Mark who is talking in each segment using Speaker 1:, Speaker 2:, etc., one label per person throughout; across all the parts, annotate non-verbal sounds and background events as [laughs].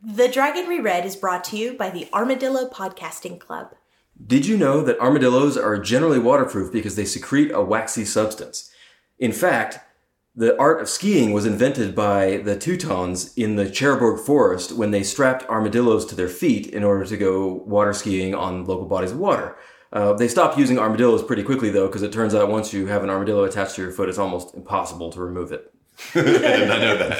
Speaker 1: The Dragon Reread is brought to you by the Armadillo Podcasting Club.
Speaker 2: Did you know that armadillos are generally waterproof because they secrete a waxy substance? In fact, the art of skiing was invented by the Teutons in the Cherbourg Forest when they strapped armadillos to their feet in order to go water skiing on local bodies of water. Uh, they stopped using armadillos pretty quickly, though, because it turns out once you have an armadillo attached to your foot, it's almost impossible to remove it.
Speaker 3: I did not know that.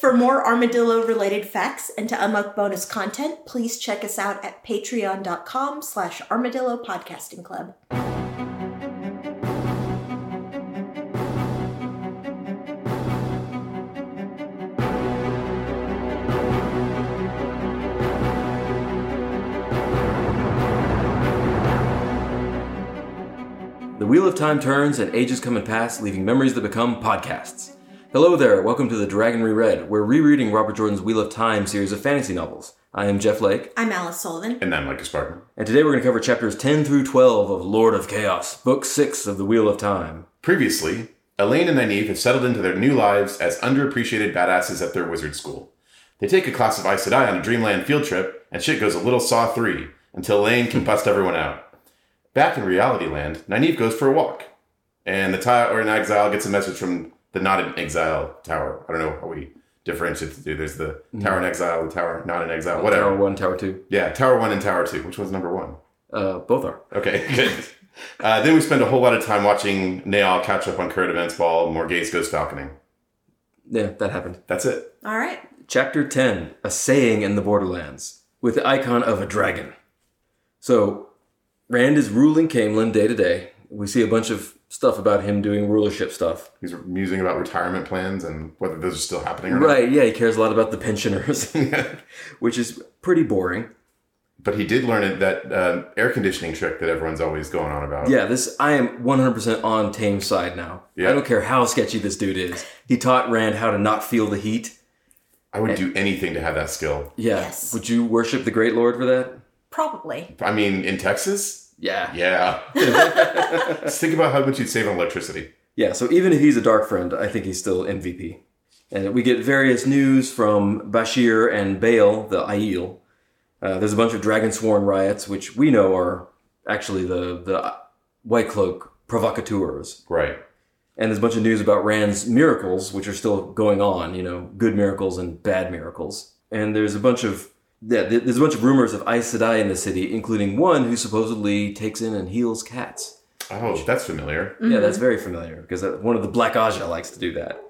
Speaker 1: For more armadillo related facts and to unlock bonus content, please check us out at patreon.com slash armadillo podcasting club.
Speaker 2: The wheel of time turns and ages come and pass, leaving memories that become podcasts. Hello there, welcome to The Dragon Reread. We're rereading Robert Jordan's Wheel of Time series of fantasy novels. I am Jeff Lake,
Speaker 1: I'm Alice Sullivan.
Speaker 3: And I'm like a Spartan.
Speaker 2: and today we're going to cover chapters 10 through 12 of Lord of Chaos, book 6 of The Wheel of Time.
Speaker 3: Previously, Elaine and Nynaeve have settled into their new lives as underappreciated badasses at their wizard school. They take a class of Aes Sedai on a dreamland field trip, and shit goes a little saw three until Elaine can bust everyone out. Back in reality land, Nynaeve goes for a walk, and the tower in exile gets a message from the not in exile tower. I don't know how we differentiate the two. There's the tower in exile, the tower not in exile, whatever.
Speaker 2: Tower 1, Tower 2.
Speaker 3: Yeah, tower one and tower two. Which one's number one?
Speaker 2: Uh, both are.
Speaker 3: Okay, [laughs] good. Uh, then we spend a whole lot of time watching Nail catch up on current events while Morghese goes falconing.
Speaker 2: Yeah, that happened.
Speaker 3: That's it.
Speaker 1: All right.
Speaker 2: Chapter 10 A Saying in the Borderlands, with the icon of a dragon. So, Rand is ruling Camelin day to day. We see a bunch of stuff about him doing rulership stuff.
Speaker 3: He's musing about retirement plans and whether those are still happening or
Speaker 2: Right, yeah, he cares a lot about the pensioners, [laughs]
Speaker 3: not.
Speaker 2: which is pretty boring.
Speaker 3: [laughs] but he did learn it, that uh, air conditioning trick that everyone's always going on about.
Speaker 2: Yeah, this I am 100% on Tame's side now.
Speaker 3: Yeah.
Speaker 2: I don't care how sketchy this dude is. He taught Rand how to not feel the heat.
Speaker 3: I would do anything to have that skill.
Speaker 2: Yeah.
Speaker 1: Yes.
Speaker 2: Would you worship the Great Lord for that?
Speaker 1: Probably.
Speaker 3: I mean, in Texas?
Speaker 2: Yeah. yeah.
Speaker 3: Yeah. Just think about how much you'd save on electricity.
Speaker 2: so even if he's a dark friend, I think he's still MVP. And we get various news from Bashir and Baal, the Aiel. Uh, there's a bunch of Dragon Sworn riots, which we know are actually the, the White Cloak provocateurs.
Speaker 3: Right.
Speaker 2: and there's a bunch of news about Rand's miracles, which are still going on. You know, good miracles and bad miracles. And there's a bunch of yeah, th- there's a bunch of rumors of Aes Sedai in the city, including one who supposedly takes in and heals cats.
Speaker 3: Oh, that's familiar.
Speaker 1: Mm-hmm.
Speaker 2: Yeah, that's very familiar because that- one of the Black Aja likes to do that,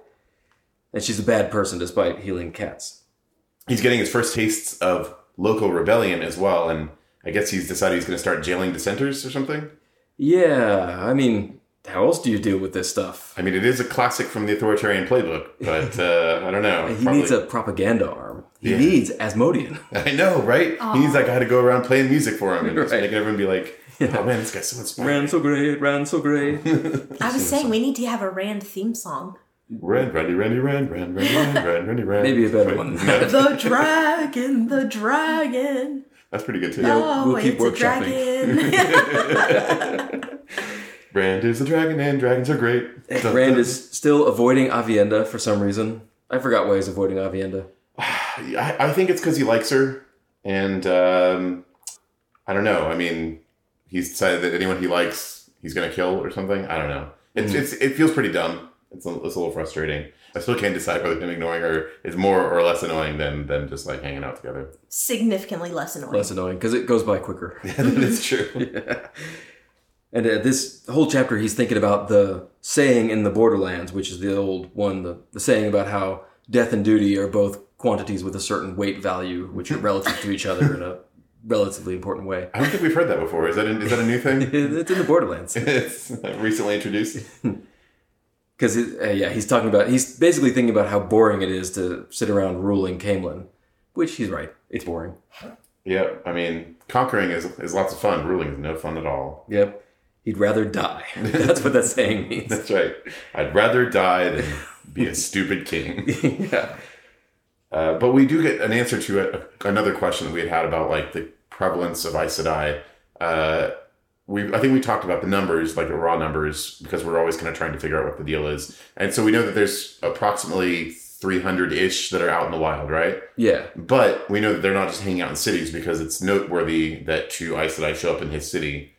Speaker 2: and she's a bad person despite healing cats.
Speaker 3: He's getting his first tastes of local rebellion as well, and I guess he's decided he's going to start jailing dissenters or something.
Speaker 2: Yeah, I mean, how else do you deal with this stuff?
Speaker 3: I mean, it is a classic from the authoritarian playbook, but uh, I don't know.
Speaker 2: [laughs] He
Speaker 3: probably-
Speaker 2: needs a propaganda arm. He
Speaker 3: Yeah.
Speaker 2: needs Asmodean.
Speaker 3: [laughs] I know, right? He needs that guy to go around playing music for him and just
Speaker 2: Right.
Speaker 3: making everyone be
Speaker 2: [laughs]
Speaker 3: like, "Oh man, this guy's so inspiring."
Speaker 2: [laughs] Ran so great, ran so great.
Speaker 1: I was saying we need to have a Rand theme
Speaker 2: [laughs]
Speaker 1: song.
Speaker 3: Ran, Randy, Randy, Ran, Ran, Randy, Ran, Ran, Randy, Ran.
Speaker 2: Maybe a better
Speaker 3: [laughs]
Speaker 2: one than that.
Speaker 1: The dragon, the dragon.
Speaker 3: That's pretty good too.
Speaker 2: Yeah.
Speaker 1: Oh,
Speaker 2: We'll keep
Speaker 1: it's a
Speaker 2: [laughs]
Speaker 1: dragon. [laughs]
Speaker 3: Rand is a dragon, and dragons are great. Dun,
Speaker 2: Rand
Speaker 3: dun.
Speaker 2: is still avoiding Avienda for some reason. I forgot why he's avoiding Avienda.
Speaker 3: I, I think it's because he likes her, and um, I don't know. I mean, he's decided that anyone he likes, he's gonna kill or something. I don't know. It's, it's it feels pretty dumb. It's a, it's a little frustrating. I still can't decide whether him ignoring her is more or less annoying than than just like hanging out together.
Speaker 1: Significantly less annoying.
Speaker 2: Less annoying because it goes by quicker.
Speaker 3: That's true.
Speaker 2: and uh, this whole chapter, he's thinking about the saying in the Borderlands, which is the old one, the, the saying about how death and duty are both quantities with a certain weight value, which are relative to each other in a relatively important way.
Speaker 3: [laughs]
Speaker 2: [laughs]
Speaker 3: I don't think we've heard that before. Is that a, is that a new thing?
Speaker 2: It's in the Borderlands.
Speaker 3: it's recently introduced.
Speaker 2: Because uh, yeah, he's talking about he's basically thinking about how boring it is to sit around ruling Camelin, which he's right. It's boring.
Speaker 3: Yeah, I mean, conquering is is lots of fun. Ruling is no fun at all.
Speaker 2: Yep. He'd rather die. [laughs] That's what that saying means.
Speaker 3: That's right. I'd rather die than be a stupid king.
Speaker 2: [laughs] yeah.
Speaker 3: Uh, but we do get an answer to a, another question that we had had about like the prevalence of Aes Sedai. Uh, we, I think we talked about the numbers, like the raw numbers, because we're always kind of trying to figure out what the deal is. And so we know that there's approximately 300 ish that are out in the wild, right?
Speaker 2: Yeah.
Speaker 3: But we know that they're not just hanging out in cities because it's noteworthy that two Aes Sedai show up in his city.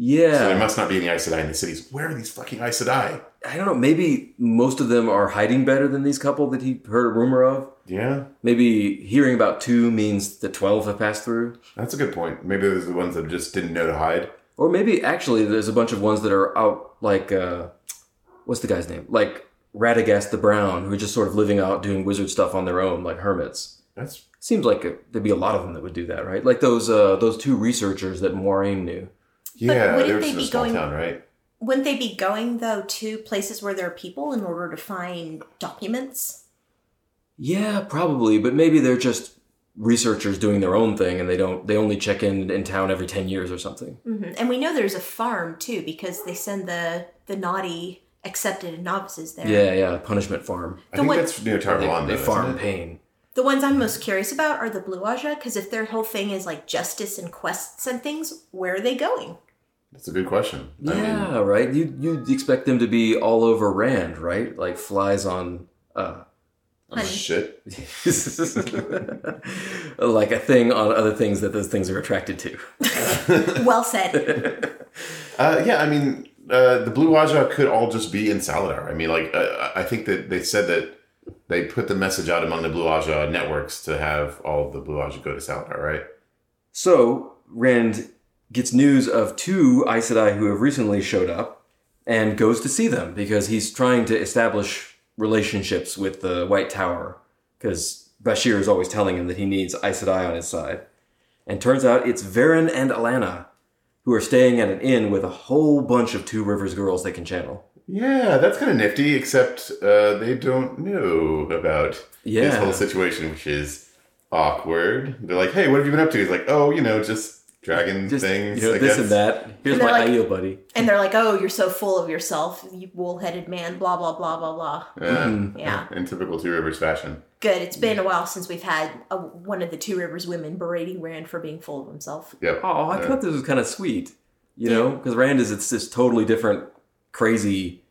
Speaker 2: Yeah.
Speaker 3: So there must not be any Aes Sedai in the cities. Where are these fucking Aes Sedai?
Speaker 2: I don't know. Maybe most of them are hiding better than these couple that he heard a rumor of.
Speaker 3: Yeah,
Speaker 2: Maybe hearing about two means that 12 have passed through.
Speaker 3: that's a good point. Maybe those are the ones that just didn't know to hide.
Speaker 2: Or maybe actually there's a bunch of ones that are out, like, uh, what's the guy's name? Like Radagast the Brown, who are just sort of living out doing wizard stuff on their own, like hermits.
Speaker 3: That's
Speaker 2: Seems like a, there'd be a lot of them that would do that, right? Like those uh, those two researchers that Moiraine knew.
Speaker 3: yeah.
Speaker 1: wouldn't
Speaker 3: They were
Speaker 1: they
Speaker 3: just in a
Speaker 1: be
Speaker 3: small
Speaker 1: going-
Speaker 3: town, right?
Speaker 1: Wouldn't they be going though to places where there are people in order to find documents?
Speaker 2: Yeah, probably, but maybe they're just researchers doing their own thing, and they don't they only check in in town every ten years or something.
Speaker 1: hmm And we know there's a farm too because they send the the naughty accepted and novices there.
Speaker 2: Yeah, yeah, punishment farm.
Speaker 3: I
Speaker 1: The
Speaker 3: think
Speaker 1: one-
Speaker 3: that's near Tarvalon.
Speaker 2: they
Speaker 3: though,
Speaker 2: farm
Speaker 3: isn't it?
Speaker 2: pain.
Speaker 1: The ones I'm most curious about are the Blue Aja because if their whole thing is like justice and quests and things, where are they going?
Speaker 3: That's a good question. I mean,
Speaker 2: Yeah, right. You you'd expect them to be all over Rand, right? Like flies on uh [laughs]
Speaker 1: Honey.
Speaker 3: oh, shit.
Speaker 2: like a thing on other things that those things are attracted to.
Speaker 1: well said.
Speaker 3: Uh, yeah, I mean, uh, the Blue Aja could all just be in Saladar. I mean, like, uh, I think that they said that they put the message out among the Blue Aja networks to have all the Blue Aja go to Saladar, right?
Speaker 2: So Rand gets news of two Aes Sedai who have recently showed up and goes to see them because he's trying to establish relationships with the White Tower because Bashir is always telling him that he needs Aes Sedai on his side. And turns out it's Varen and Alana who are staying at an inn with a whole bunch of Two Rivers girls they can channel.
Speaker 3: Yeah, that's kind of nifty, except uh, they don't know about
Speaker 2: Yeah.
Speaker 3: this whole situation, which is awkward. They're like, hey, what have you been up to? He's like, oh, you know, just dragon
Speaker 2: Just,
Speaker 3: things.
Speaker 2: you know,
Speaker 3: I
Speaker 2: this
Speaker 3: guess."
Speaker 2: and that. Here's
Speaker 1: And they're
Speaker 2: my
Speaker 1: like-
Speaker 2: ideal buddy.
Speaker 1: and they're like, "Oh, you're so full of yourself, you wool-headed man." Blah blah blah blah blah.
Speaker 3: Yeah,
Speaker 2: Mm-hmm.
Speaker 1: Yeah,
Speaker 3: in typical Two Rivers fashion.
Speaker 1: good. It's been a while since we've had a, one of the Two Rivers women berating Rand for being full of himself.
Speaker 3: Yep.
Speaker 2: Oh, I
Speaker 3: Yeah.
Speaker 2: thought this was kind of sweet, you know, because Rand is it's this totally different, crazy,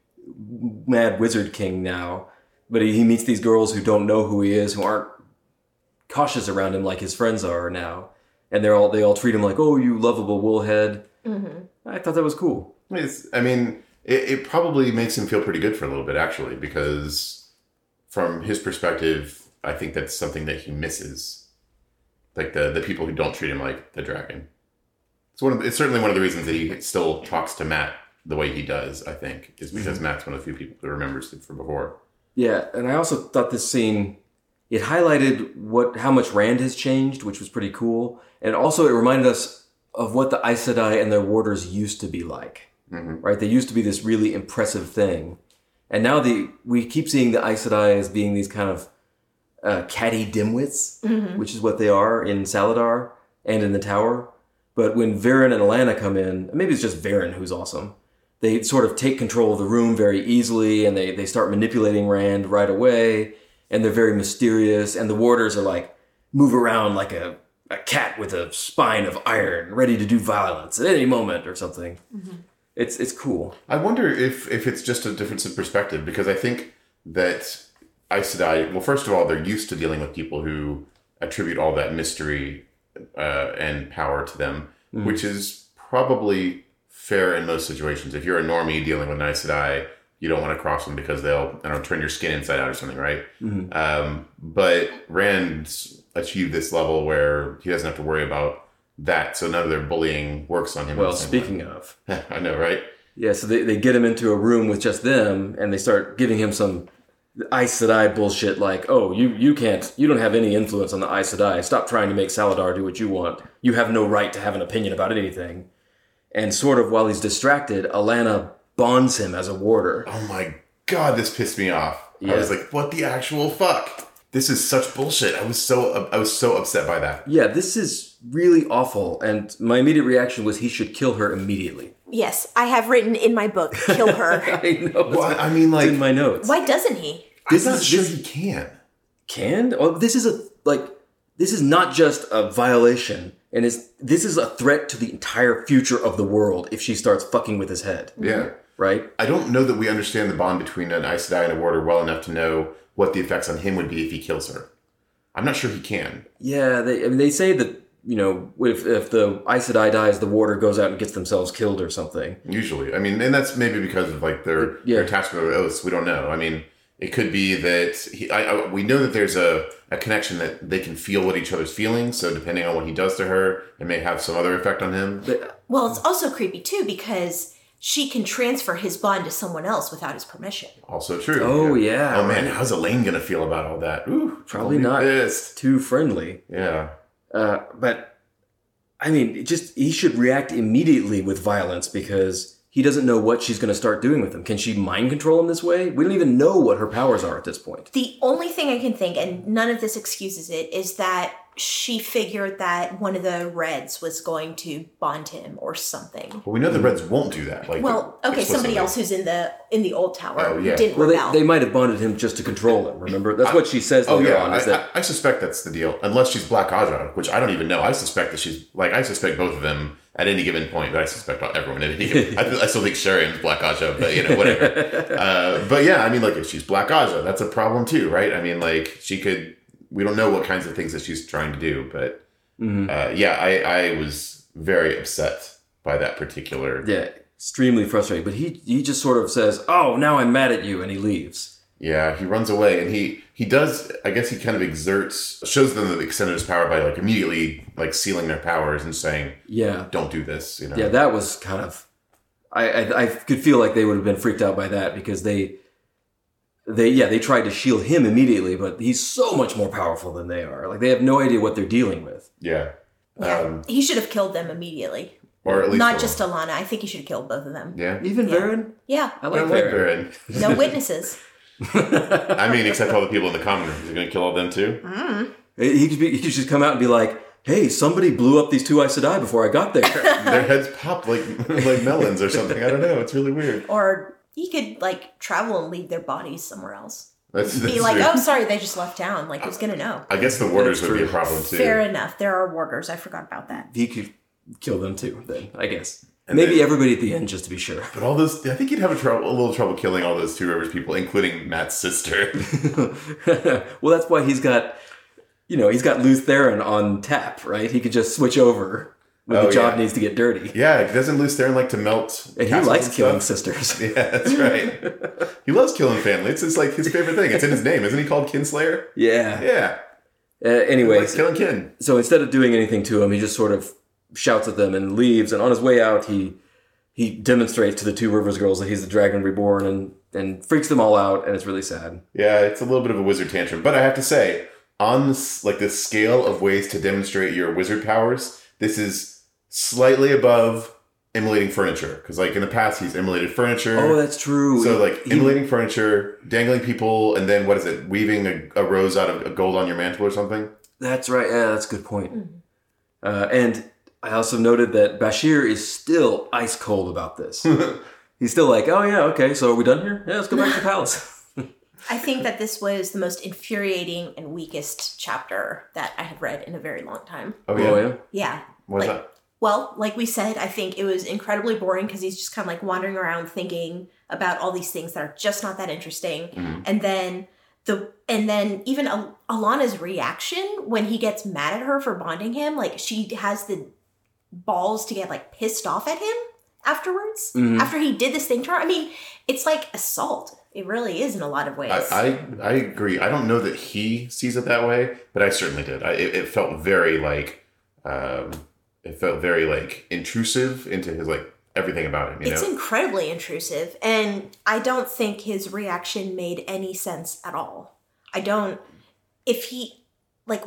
Speaker 2: mad wizard king now. But he, he meets these girls who don't know who he is, who aren't cautious around him like his friends are now, and they're all they all treat him like, oh, you lovable woolhead.
Speaker 1: Mm-hmm.
Speaker 2: I thought that was cool.
Speaker 3: It's, I mean, it, it probably makes him feel pretty good for a little bit, actually, because from his perspective, I think that's something that he misses, like the the people who don't treat him like the dragon. It's one of the, it's certainly one of the reasons that he still talks to Matt the way he does. I think is because Matt's one of the few people who remembers it from before.
Speaker 2: Yeah, and I also thought this scene it highlighted what how much Rand has changed, which was pretty cool, and also it reminded us of what the Aes Sedai and their warders used to be like.
Speaker 3: Mhm.
Speaker 2: Right? They used to be this really impressive thing, and now the we keep seeing the Aes Sedai as being these kind of uh, catty dimwits, which is what they are in Saladar and in the Tower. But when Varen and Alana come in, maybe it's just Varen who's awesome they sort of take control of the room very easily and they, they start manipulating Rand right away and they're very mysterious and the warders are like move around like a, a cat with a spine of iron ready to do violence at any moment or something. It's it's cool.
Speaker 3: I wonder if if it's just a difference in perspective because I think that Aes Sedai, well, first of all, they're used to dealing with people who attribute all that mystery uh, and power to them, which is probably fair in most situations. If you're a normie dealing with an Aes Sedai, you don't want to cross them because they'll, I don't know, turn your skin inside out or something, right?
Speaker 2: Mhm.
Speaker 3: Um, but Rand's achieved this level where he doesn't have to worry about that, so none of their bullying works on him. at
Speaker 2: Well,
Speaker 3: the same
Speaker 2: speaking of.
Speaker 3: time. [laughs] I know, right?
Speaker 2: Yeah, so they, they get him into a room with just them and they start giving him some Aes Sedai bullshit like, oh, you, you can't, you don't have any influence on the Aes Sedai. Stop trying to make Saladar do what you want. You have no right to have an opinion about anything. And sort of while he's distracted, Alana bonds him as a warder.
Speaker 3: Oh my god, this pissed me off.
Speaker 2: Yeah.
Speaker 3: I was like, what the actual fuck? This is such bullshit. I was so uh, I was so upset by that.
Speaker 2: Yeah, this is really awful. And my immediate reaction was he should kill her immediately. [laughs]
Speaker 1: Yes, I have written in my book, "Kill her."
Speaker 2: I know.
Speaker 3: Well, I, I mean,
Speaker 2: it's
Speaker 3: like,
Speaker 2: in my notes.
Speaker 1: Why doesn't he?
Speaker 2: This
Speaker 3: I'm
Speaker 2: is-
Speaker 3: not sure
Speaker 2: this-
Speaker 3: he can.
Speaker 2: Can? Oh, this is a like this is not just a violation, and is this is a threat to the entire future of the world if she starts fucking with his head,
Speaker 3: Yeah,
Speaker 2: right?
Speaker 3: I don't know that we understand the bond between an Aes Sedai and a warder well enough to know what the effects on him would be if he kills her. I'm not sure he can.
Speaker 2: Yeah, they, I mean, they say that you know if if the Aes Sedai dies, the warder goes out and gets themselves killed or something.
Speaker 3: Usually, I mean, and that's maybe because of like their
Speaker 2: Yeah.
Speaker 3: their attachment to the oaths. We don't know. I mean, it could be that he, I, I, we know that there's a, a connection that they can feel what each other's feeling. So depending on what he does to her, it may have some other effect on him.
Speaker 2: But,
Speaker 1: Well, it's also creepy too because she can transfer his bond to someone else without his permission.
Speaker 3: Also true.
Speaker 2: oh yeah,
Speaker 3: Oh man,
Speaker 2: right.
Speaker 3: how's Elaine gonna feel about all that? Ooh,
Speaker 2: Probably
Speaker 3: I'll be
Speaker 2: not.
Speaker 3: pissed.
Speaker 2: too friendly.
Speaker 3: Yeah,
Speaker 2: Uh, but I mean, it just he should react immediately with violence because he doesn't know what she's going to start doing with him. Can she mind control him this way? We don't even know what her powers are at this point.
Speaker 1: The only thing I can think, and none of this excuses it, is that she figured that one of the Reds was going to bond him or something.
Speaker 3: but we
Speaker 2: Mm.
Speaker 3: know the Reds won't do that. Like,
Speaker 1: Well, okay,
Speaker 3: explicitly.
Speaker 1: somebody else who's in the in the old tower
Speaker 3: Oh, yeah.
Speaker 1: who didn't
Speaker 2: Well,
Speaker 1: rebel.
Speaker 2: they, they might have bonded him just to control him. Remember, that's what she says
Speaker 3: Oh
Speaker 2: later
Speaker 3: yeah,
Speaker 2: on.
Speaker 3: I,
Speaker 2: Is that
Speaker 3: I, I suspect that's the deal. Unless she's Black Aja, which I don't even know. I suspect that she's like I suspect both of them at any given point. But I suspect not everyone at any. given I, th- I still think Sherion's Black Aja, but you
Speaker 2: [laughs]
Speaker 3: know whatever. uh, but yeah, I mean, like if she's Black Aja, that's a problem too, right? I mean, like she could. We don't know what kinds of things that she's trying to do, but
Speaker 2: Mhm.
Speaker 3: uh, yeah, I, I was very upset by that particular. Yeah,
Speaker 2: yeah, extremely frustrating. But he he just sort of says, "Oh, now I'm mad at you," and he leaves.
Speaker 3: he runs away, and he he does. I guess he kind of exerts, shows them the extent of his power by like immediately like sealing their powers and saying.
Speaker 2: Yeah,
Speaker 3: don't do this. You know,
Speaker 2: yeah, that was kind of. I, I I could feel like they would have been freaked out by that because they, they yeah they tried to shield him immediately, but he's so much more powerful than they are. Like they have no idea what they're dealing with.
Speaker 3: yeah,
Speaker 1: yeah.
Speaker 3: um,
Speaker 1: he should have killed them immediately.
Speaker 3: or at least
Speaker 1: Not
Speaker 3: the-
Speaker 1: just Alana. I think he should have killed both of them.
Speaker 3: yeah.
Speaker 2: Even
Speaker 1: Yeah.
Speaker 2: Varen,
Speaker 1: Yeah.
Speaker 2: I
Speaker 3: I
Speaker 2: like
Speaker 3: don't like
Speaker 2: Varen.
Speaker 3: Baron. [laughs]
Speaker 1: No witnesses.
Speaker 2: [laughs]
Speaker 3: I mean, except all the people in the common room. Is he going to kill all them too?
Speaker 1: Mm.
Speaker 2: he could be, he could just come out and be like, "Hey, somebody blew up these two Aes Sedai before I got
Speaker 3: [laughs]
Speaker 2: there."
Speaker 3: Their heads pop like like melons or something. I don't know. It's really weird.
Speaker 1: Or he could like travel and leave their bodies somewhere else.
Speaker 3: That's, that's
Speaker 1: Be like,
Speaker 3: true.
Speaker 1: oh, sorry, they just left town. Like, who's gonna know?
Speaker 3: I guess the warders
Speaker 2: That's
Speaker 3: would be a
Speaker 2: true.
Speaker 3: problem too.
Speaker 1: Fair enough. There are warders. I forgot about that.
Speaker 2: he could kill them too. Then I guess
Speaker 3: And
Speaker 2: maybe
Speaker 3: then-
Speaker 2: everybody at the end just to be sure. [laughs]
Speaker 3: But all those, I think you'd have a, trouble, a little trouble killing all those Two Rivers people, including Matt's sister. [laughs]
Speaker 2: well, that's why he's got, you know, he's got Luth Theron on tap, right? He could just switch over when
Speaker 3: Oh,
Speaker 2: the job
Speaker 3: yeah.
Speaker 2: needs to get dirty.
Speaker 3: yeah, doesn't Luce Theron like to melt?
Speaker 2: And he
Speaker 3: castles
Speaker 2: likes
Speaker 3: and
Speaker 2: killing
Speaker 3: stuff? [laughs]
Speaker 2: sisters.
Speaker 3: Yeah, that's right. he loves killing family. It's just like his favorite thing. It's in his name. Isn't he called Kinslayer?
Speaker 2: Yeah.
Speaker 3: Yeah.
Speaker 2: Uh,
Speaker 3: He
Speaker 2: anyway,
Speaker 3: likes killing kin.
Speaker 2: so instead of doing anything to him, he just sort of shouts at them and leaves. And on his way out, he he demonstrates to the two Rivers girls that he's the Dragon Reborn and and freaks them all out. And it's really sad.
Speaker 3: Yeah, it's a little bit of a wizard tantrum, but I have to say, on this, like the scale of ways to demonstrate your wizard powers, this is slightly above emulating furniture because, like in the past, he's emulated furniture.
Speaker 2: Oh, that's true.
Speaker 3: so
Speaker 2: He-
Speaker 3: like
Speaker 2: he-
Speaker 3: emulating furniture, dangling people, and then what is it? Weaving a, a rose out of gold on your mantle or something.
Speaker 2: That's right. Yeah, that's a good point.
Speaker 1: Mhm.
Speaker 2: Uh, and I also noted that Bashir is still ice cold about
Speaker 3: [laughs]
Speaker 2: this. He's still like, oh, yeah, okay, so are we done here? Yeah, let's go back to the palace.
Speaker 1: I think that this was the most infuriating and weakest chapter that I have read in a very long time.
Speaker 3: [laughs] Oh
Speaker 2: Oh,
Speaker 3: yeah,
Speaker 2: yeah.
Speaker 1: Yeah.
Speaker 3: what's
Speaker 1: Like-
Speaker 3: that?
Speaker 1: Well, like we said, I think it was incredibly boring because he's just kind of like wandering around thinking about all these things that are just not that interesting.
Speaker 3: Mhm.
Speaker 1: And then the and then even Al- Alana's reaction when he gets mad at her for bonding him, like she has the balls to get like pissed off at him afterwards
Speaker 3: Mm-hmm.
Speaker 2: Mhm.
Speaker 1: after he did this thing to her. I mean, it's like assault. It really is in a lot of ways.
Speaker 3: I, I I agree. I don't know that he sees it that way, but I certainly did. I, it, it felt very like, um, it felt very like intrusive into his like everything about him. You
Speaker 1: it's
Speaker 3: know,
Speaker 1: incredibly intrusive, and I don't think his reaction made any sense at all. I don't. If he, like,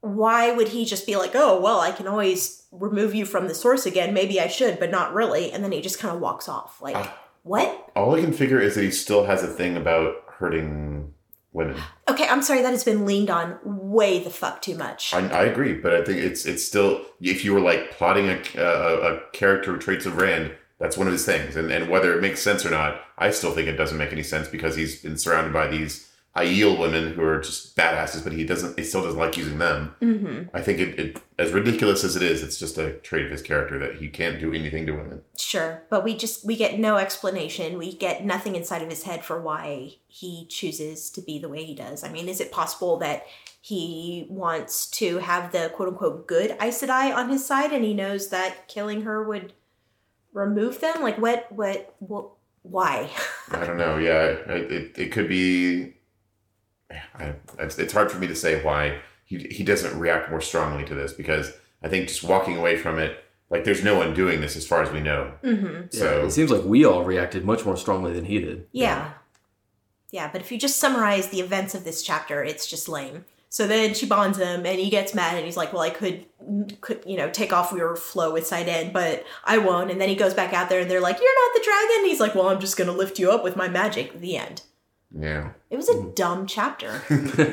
Speaker 1: why would he just be like, oh, well, I can always remove you from the source again. Maybe I should, but not really. And then he just kind of walks off. Like,
Speaker 3: Ah.
Speaker 1: what?
Speaker 3: all I can figure is that he still has a thing about hurting women.
Speaker 1: Okay, I'm sorry, that has been leaned on way the fuck too much.
Speaker 3: I, I agree, but I think it's it's still if you were like plotting a, a, a character traits of Rand, that's one of his things, and and whether it makes sense or not, I still think it doesn't make any sense because he's been surrounded by these Aiel women who are just badasses, but he doesn't. He still doesn't like using them.
Speaker 1: Mm-hmm.
Speaker 3: I think it, it as ridiculous as it is, it's just a trait of his character that he can't do anything to women.
Speaker 1: Sure, but we just we get no explanation. We get nothing inside of his head for why he chooses to be the way he does. I mean, is it possible that he wants to have the quote unquote good Aes Sedai on his side, and he knows that killing her would remove them? Like, what, what, what why?
Speaker 3: I don't know. Yeah, it it, it could be. I, it's it's hard for me to say why he he doesn't react more strongly to this because I think just walking away from it, like there's no one doing this as far as we know.
Speaker 1: Mm-hmm.
Speaker 3: So-
Speaker 2: yeah, it seems like we all reacted much more strongly than he did. [laughs]
Speaker 1: Yeah. Yeah, but if you just summarize the events of this chapter, it's just lame. So then she bonds him and he gets mad and he's like, "Well, I could could, you know, take off your flow with side end, but I won't." And then he goes back out there and they're like, "You're not the dragon." And he's like, "Well, I'm just going to lift you up with my magic." The end.
Speaker 3: Yeah.
Speaker 1: It was a dumb chapter.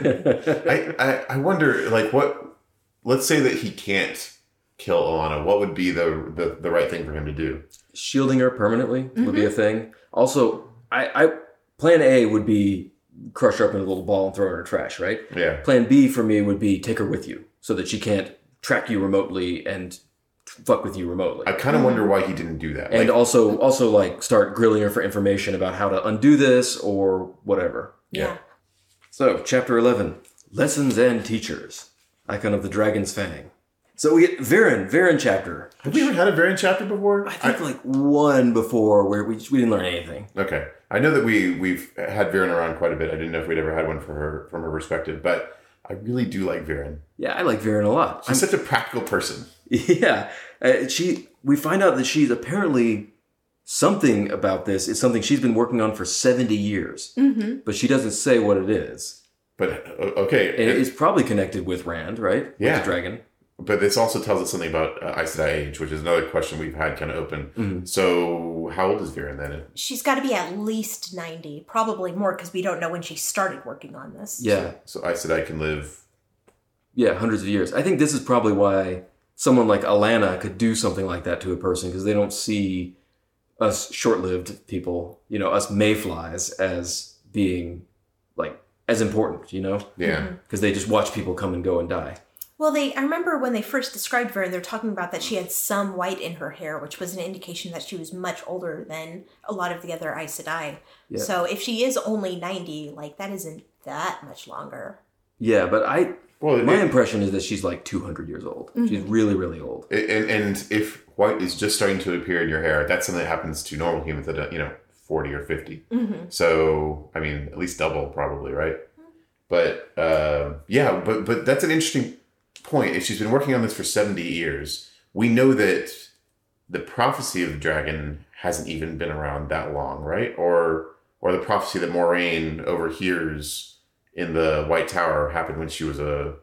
Speaker 3: I, I, I wonder like what let's say that he can't kill Alana, what would be the, the the right thing for him to do?
Speaker 2: Shielding her permanently would be a thing. Also, I, I plan A would be crush her up in a little ball and throw her in her trash, right?
Speaker 3: Yeah.
Speaker 2: Plan B for me would be take her with you so that she can't track you remotely and fuck with you remotely.
Speaker 3: I kind of wonder why he didn't do that.
Speaker 2: Hmm. and
Speaker 3: like,
Speaker 2: also, also like start grilling her for information about how to undo this or whatever.
Speaker 1: yeah.
Speaker 2: So, chapter 11 Lessons and Teachers, Icon of the Dragon's Fang. So, we get Viren, Viren chapter.
Speaker 3: have we ever had a variant chapter before?
Speaker 2: I think like one before where we, we didn't learn anything.
Speaker 3: Okay, I know that we we've had Viren around quite a bit. I didn't know if we'd ever had one for her from her perspective, but I really do like Viren.
Speaker 2: Yeah, I like Viren a lot.
Speaker 3: She's such a practical person.
Speaker 2: [laughs] Yeah, uh, she. We find out that she's apparently something about this is something she's been working on for seventy years,
Speaker 1: Mhm.
Speaker 2: but she doesn't say what it is.
Speaker 3: But o- okay,
Speaker 2: And
Speaker 3: it-
Speaker 2: it's probably connected with Rand, right? With the
Speaker 3: Yeah.
Speaker 2: dragon.
Speaker 3: but this also tells us something about uh, Aes Sedai age, which is another question we've had kind of open.
Speaker 2: Mhm.
Speaker 3: So how old is Viren then?
Speaker 1: She's got to be at least 90, probably more cuz we don't know when she started working on this.
Speaker 2: Yeah,
Speaker 3: So Aes Sedai can live
Speaker 2: yeah, hundreds of years. I think this is probably why someone like Alana could do something like that to a person because they don't see us short-lived people, you know, us mayflies as being like as important, you know,
Speaker 3: Yeah.
Speaker 2: because they just watch people come and go and die.
Speaker 1: Well, they I remember when they first described Vern, they're talking about that she had some white in her hair, which was an indication that she was much older than a lot of the other Aes Sedai.
Speaker 2: Yeah.
Speaker 1: So if she is only ninety, like that isn't that much longer.
Speaker 2: Yeah, but I
Speaker 3: Well,
Speaker 2: My
Speaker 3: it,
Speaker 2: impression is that she's like 200 years old. She's really, really old.
Speaker 3: it- and and if white is just starting to appear in your hair, that's something that happens to normal humans at uh, you know forty or fifty.
Speaker 1: Mm-hmm.
Speaker 3: So I mean, at least double probably, right? But uh, yeah, but but that's an interesting point. If she's been working on this for seventy years, we know that the prophecy of the dragon hasn't even been around that long, right? Or or the prophecy that Moraine overhears in the White Tower happened when she was a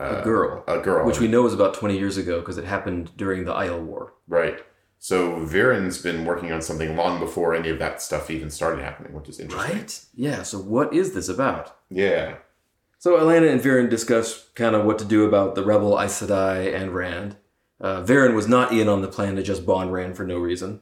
Speaker 3: uh,
Speaker 2: A girl,
Speaker 3: a girl,
Speaker 2: which we know was about 20 years ago because it happened during the Isle War.
Speaker 3: Right. So Viren's been working on something long before any of that stuff even started happening, which is interesting.
Speaker 2: Yeah, so what is this about?
Speaker 3: Yeah.
Speaker 2: So Alana and Viren discuss kind of what to do about the rebel Aes Sedai and Rand. Uh, Viren was not in on the plan to just bond Rand for no reason.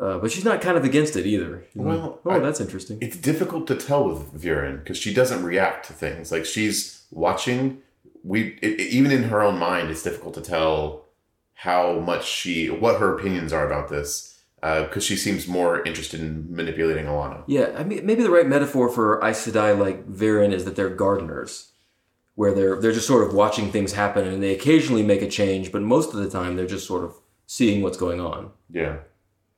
Speaker 2: Uh, but she's not kind of against it either.
Speaker 3: Well,
Speaker 2: oh,
Speaker 3: I-
Speaker 2: that's interesting.
Speaker 3: It's difficult to tell with Viren because she doesn't react to things. Like she's watching. We it, it- even in her own mind, it's difficult to tell how much she what her opinions are about this because she seems more interested in manipulating Alana.
Speaker 2: Yeah, I mean, maybe the right metaphor for Aes Sedai like Viren is that they're gardeners, where they're they're just sort of watching things happen, and they occasionally make a change, but most of the time they're just sort of seeing what's going on.
Speaker 3: Yeah.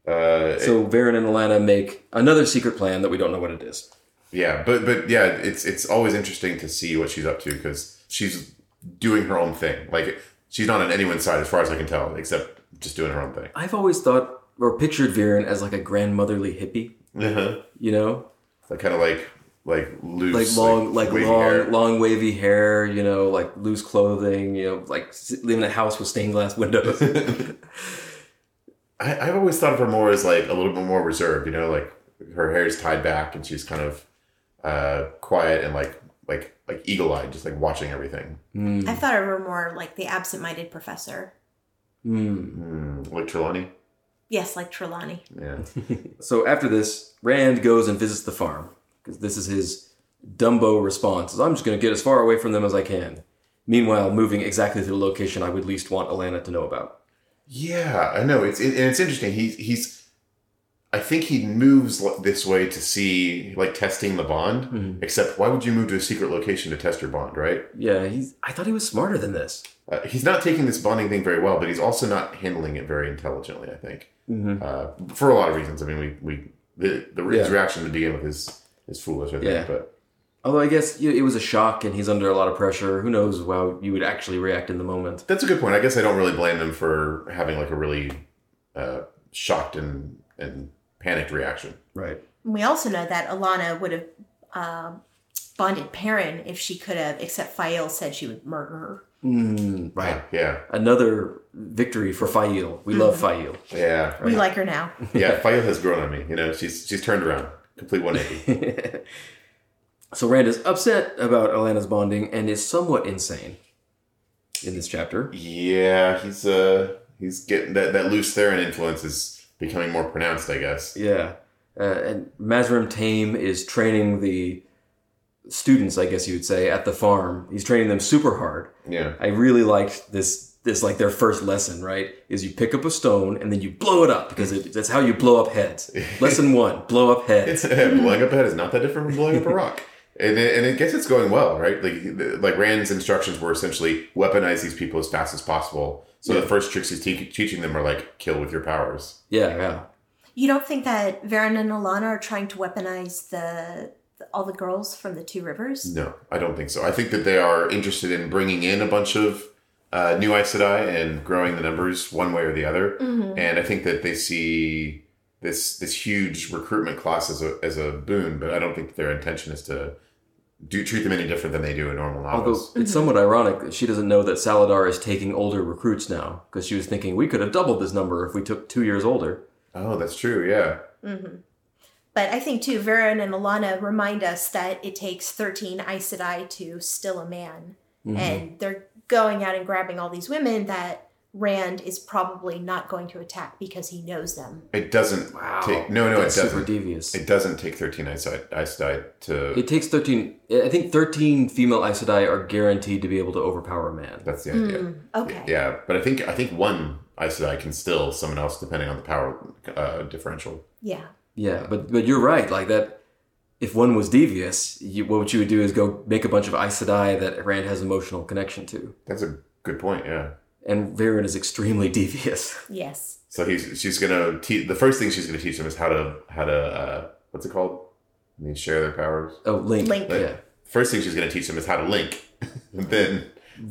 Speaker 3: Uh,
Speaker 2: So Viren and Alana make another secret plan that we don't know what it is.
Speaker 3: Yeah, but but yeah, it's it's always interesting to see what she's up to because she's doing her own thing. Like she's not on anyone's side as far as I can tell, except just doing her own thing.
Speaker 2: I've always thought or pictured Viren as like a grandmotherly hippie,
Speaker 3: Uh-huh.
Speaker 2: you know,
Speaker 3: Like kind of like like loose,
Speaker 2: like long, like,
Speaker 3: wavy
Speaker 2: long,
Speaker 3: hair.
Speaker 2: long wavy hair, you know, like loose clothing, you know, like s- living in a house with stained glass windows. [laughs]
Speaker 3: I, I've always thought of her more as like a little bit more reserved. You know, like her hair is tied back and she's kind of uh, quiet and like like like eagle eyed, just like watching everything,
Speaker 2: Hmm.
Speaker 1: I thought of her more like the absent-minded professor.
Speaker 2: Hmm.
Speaker 3: mm, like Trelawney.
Speaker 1: Yes, like Trelawney.
Speaker 3: Yeah,
Speaker 2: So after this, Rand goes and visits the farm because this is his Dumbo response is I'm just going to get as far away from them as I can. Meanwhile, moving exactly to the location I would least want Alana to know about.
Speaker 3: Yeah, I know. It's it, and it's interesting. He he's, I think he moves li- this way to see like testing the bond.
Speaker 2: Mm-hmm.
Speaker 3: Except, why would you move to a secret location to test your bond, right?
Speaker 2: Yeah, he's, I thought he was smarter than this.
Speaker 3: Uh, he's not taking this bonding thing very well, but he's also not handling it very intelligently. I think
Speaker 2: Mm-hmm.
Speaker 3: uh, for a lot of reasons. I mean, we we the, the his
Speaker 2: Yeah.
Speaker 3: reaction to DM with is is foolish. I think,
Speaker 2: Yeah.
Speaker 3: but
Speaker 2: Although I guess you know, it was a shock and he's under a lot of pressure. Who knows how you would actually react in the moment?
Speaker 3: that's a good point. I guess I don't really blame them for having like a really uh, shocked and and panicked reaction.
Speaker 2: Right.
Speaker 1: We also know that Alana would have um bonded Perrin if she could have, except Fael said she would murder her.
Speaker 2: Mm, right.
Speaker 3: Yeah.
Speaker 2: Another victory for Fail. We love Fail.
Speaker 3: Yeah.
Speaker 1: We like her now.
Speaker 2: [laughs]
Speaker 3: yeah, Fail has grown on me. You know, she's she's turned around, complete 180.
Speaker 2: [laughs] So Rand is upset about Alana's bonding and is somewhat insane in this chapter.
Speaker 3: yeah, he's uh he's getting that that loose Theron influence is becoming more pronounced, I guess.
Speaker 2: Yeah. Uh, and Mazrim Tame is training the students, I guess you would say, at the farm. He's training them super hard.
Speaker 3: [laughs] Yeah.
Speaker 2: I really liked this. This like their first lesson, right? Is you pick up a stone and then you blow it up because it, that's how you blow up heads. Lesson one: blow up heads.
Speaker 3: [laughs] blowing up a head is not that different from blowing up a rock. And it, and I guess it's going well, right? Like the- like Rand's instructions were essentially weaponize these people as fast as possible. So the first tricks he's te- teaching them are like kill with your powers.
Speaker 2: Yeah, yeah.
Speaker 1: You don't think that Varen and Alana are trying to weaponize the, the all the girls from the Two Rivers?
Speaker 3: No, I don't think so. I think that they are interested in bringing in a bunch of uh, new Aes Sedai and growing the numbers one way or the other.
Speaker 1: Mm-hmm.
Speaker 3: And I think that they see this this huge recruitment class as a as a boon, but I don't think their intention is to do treat them any different than they do a normal
Speaker 2: Although
Speaker 3: novice.
Speaker 2: it's somewhat ironic that she doesn't know that Saladar is taking older recruits now because she was thinking we could have doubled this number if we took two years older.
Speaker 3: oh, that's true. Yeah, mm-hmm.
Speaker 1: But I think too, Varen and Alana remind us that it takes 13 Aes Sedai to still a man.
Speaker 2: Mm-hmm.
Speaker 3: Mm-hmm.
Speaker 1: And they're going out and grabbing all these women that Rand is probably not going to attack because he knows them.
Speaker 3: it doesn't
Speaker 2: Wow.
Speaker 3: take. No, no,
Speaker 2: That's
Speaker 3: it
Speaker 2: super
Speaker 3: doesn't.
Speaker 2: devious.
Speaker 3: It doesn't take thirteen Aes Sedai Aes Sedai to.
Speaker 2: It takes 13. I think 13 female Aes Sedai are guaranteed to be able to overpower a man.
Speaker 3: that's the idea.
Speaker 1: Hmm, Mm, Okay.
Speaker 3: Yeah, but I think I think one Aes Sedai can still summon else depending on the power uh, differential.
Speaker 1: Yeah.
Speaker 2: Yeah, but but you're right. Like that, if one was devious, you, what you would do is go make a bunch of Aes Sedai that Rand has emotional connection to,
Speaker 3: That's a good point. Yeah.
Speaker 2: and Varen is extremely [laughs] devious.
Speaker 1: Yes.
Speaker 3: So he's she's gonna teach the first thing she's gonna teach them is how to how to uh, what's it called? When they share their powers.
Speaker 2: Oh, Link.
Speaker 1: Link.
Speaker 2: Yeah,
Speaker 3: First thing she's gonna teach them is how to link. [laughs] and then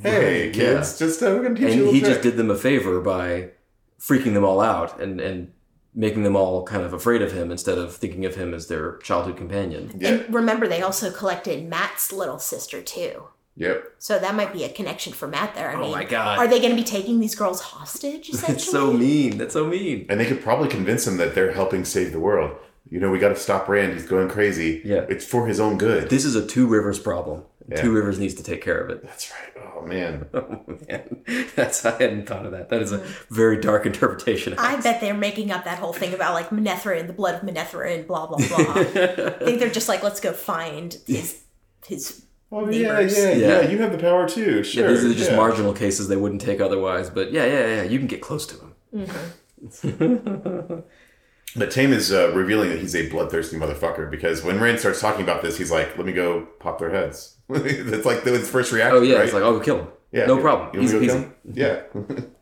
Speaker 3: hey
Speaker 2: Right,
Speaker 3: kids, just uh, we're gonna teach
Speaker 2: and
Speaker 3: you. A little
Speaker 2: he
Speaker 3: trick.
Speaker 2: just did them a favor by freaking them all out and and making them all kind of afraid of him instead of thinking of him as their childhood companion.
Speaker 3: Yeah.
Speaker 1: And remember, they also collected Matt's little sister too.
Speaker 3: Yep.
Speaker 1: So that might be a connection for Matt there. I
Speaker 2: Oh
Speaker 1: mean,
Speaker 2: my God. [laughs]
Speaker 1: Are they going to be taking these girls hostage, essentially?
Speaker 2: It's so mean. That's so mean.
Speaker 3: And they could probably convince him that they're helping save the world. You know, we got to stop Rand. He's going crazy.
Speaker 2: Yeah.
Speaker 3: It's for his own good.
Speaker 2: This is a Two Rivers problem.
Speaker 3: Yeah.
Speaker 2: Two Rivers needs to take care of it. [laughs]
Speaker 3: That's right. Oh man.
Speaker 2: Oh man, that's I hadn't thought of that. That is a very dark [laughs] interpretation. Of
Speaker 1: Mm-hmm. I
Speaker 2: it.
Speaker 1: bet they're making up that whole thing about like Manethra and the blood of Manethra and blah, blah, blah.
Speaker 2: [laughs]
Speaker 1: I think they're just like, let's go find his, his
Speaker 3: Oh
Speaker 1: Neighbors.
Speaker 3: yeah, yeah,
Speaker 2: Yeah.
Speaker 3: yeah. You have the power too.
Speaker 2: Yeah,
Speaker 3: Sure.
Speaker 2: these are just
Speaker 3: yeah.
Speaker 2: marginal cases they wouldn't take otherwise. But yeah, yeah, yeah, you can get close to him.
Speaker 3: But Tame is uh, revealing that he's a bloodthirsty motherfucker because when Rand starts talking about this, he's like, "Let me go pop their heads." [laughs] That's like his first reaction.
Speaker 2: Oh yeah,
Speaker 3: right?
Speaker 2: it's like oh, kill him. no
Speaker 3: you-
Speaker 2: problem.
Speaker 3: you
Speaker 2: Easy
Speaker 3: want me to
Speaker 2: peasy.
Speaker 3: go kill him?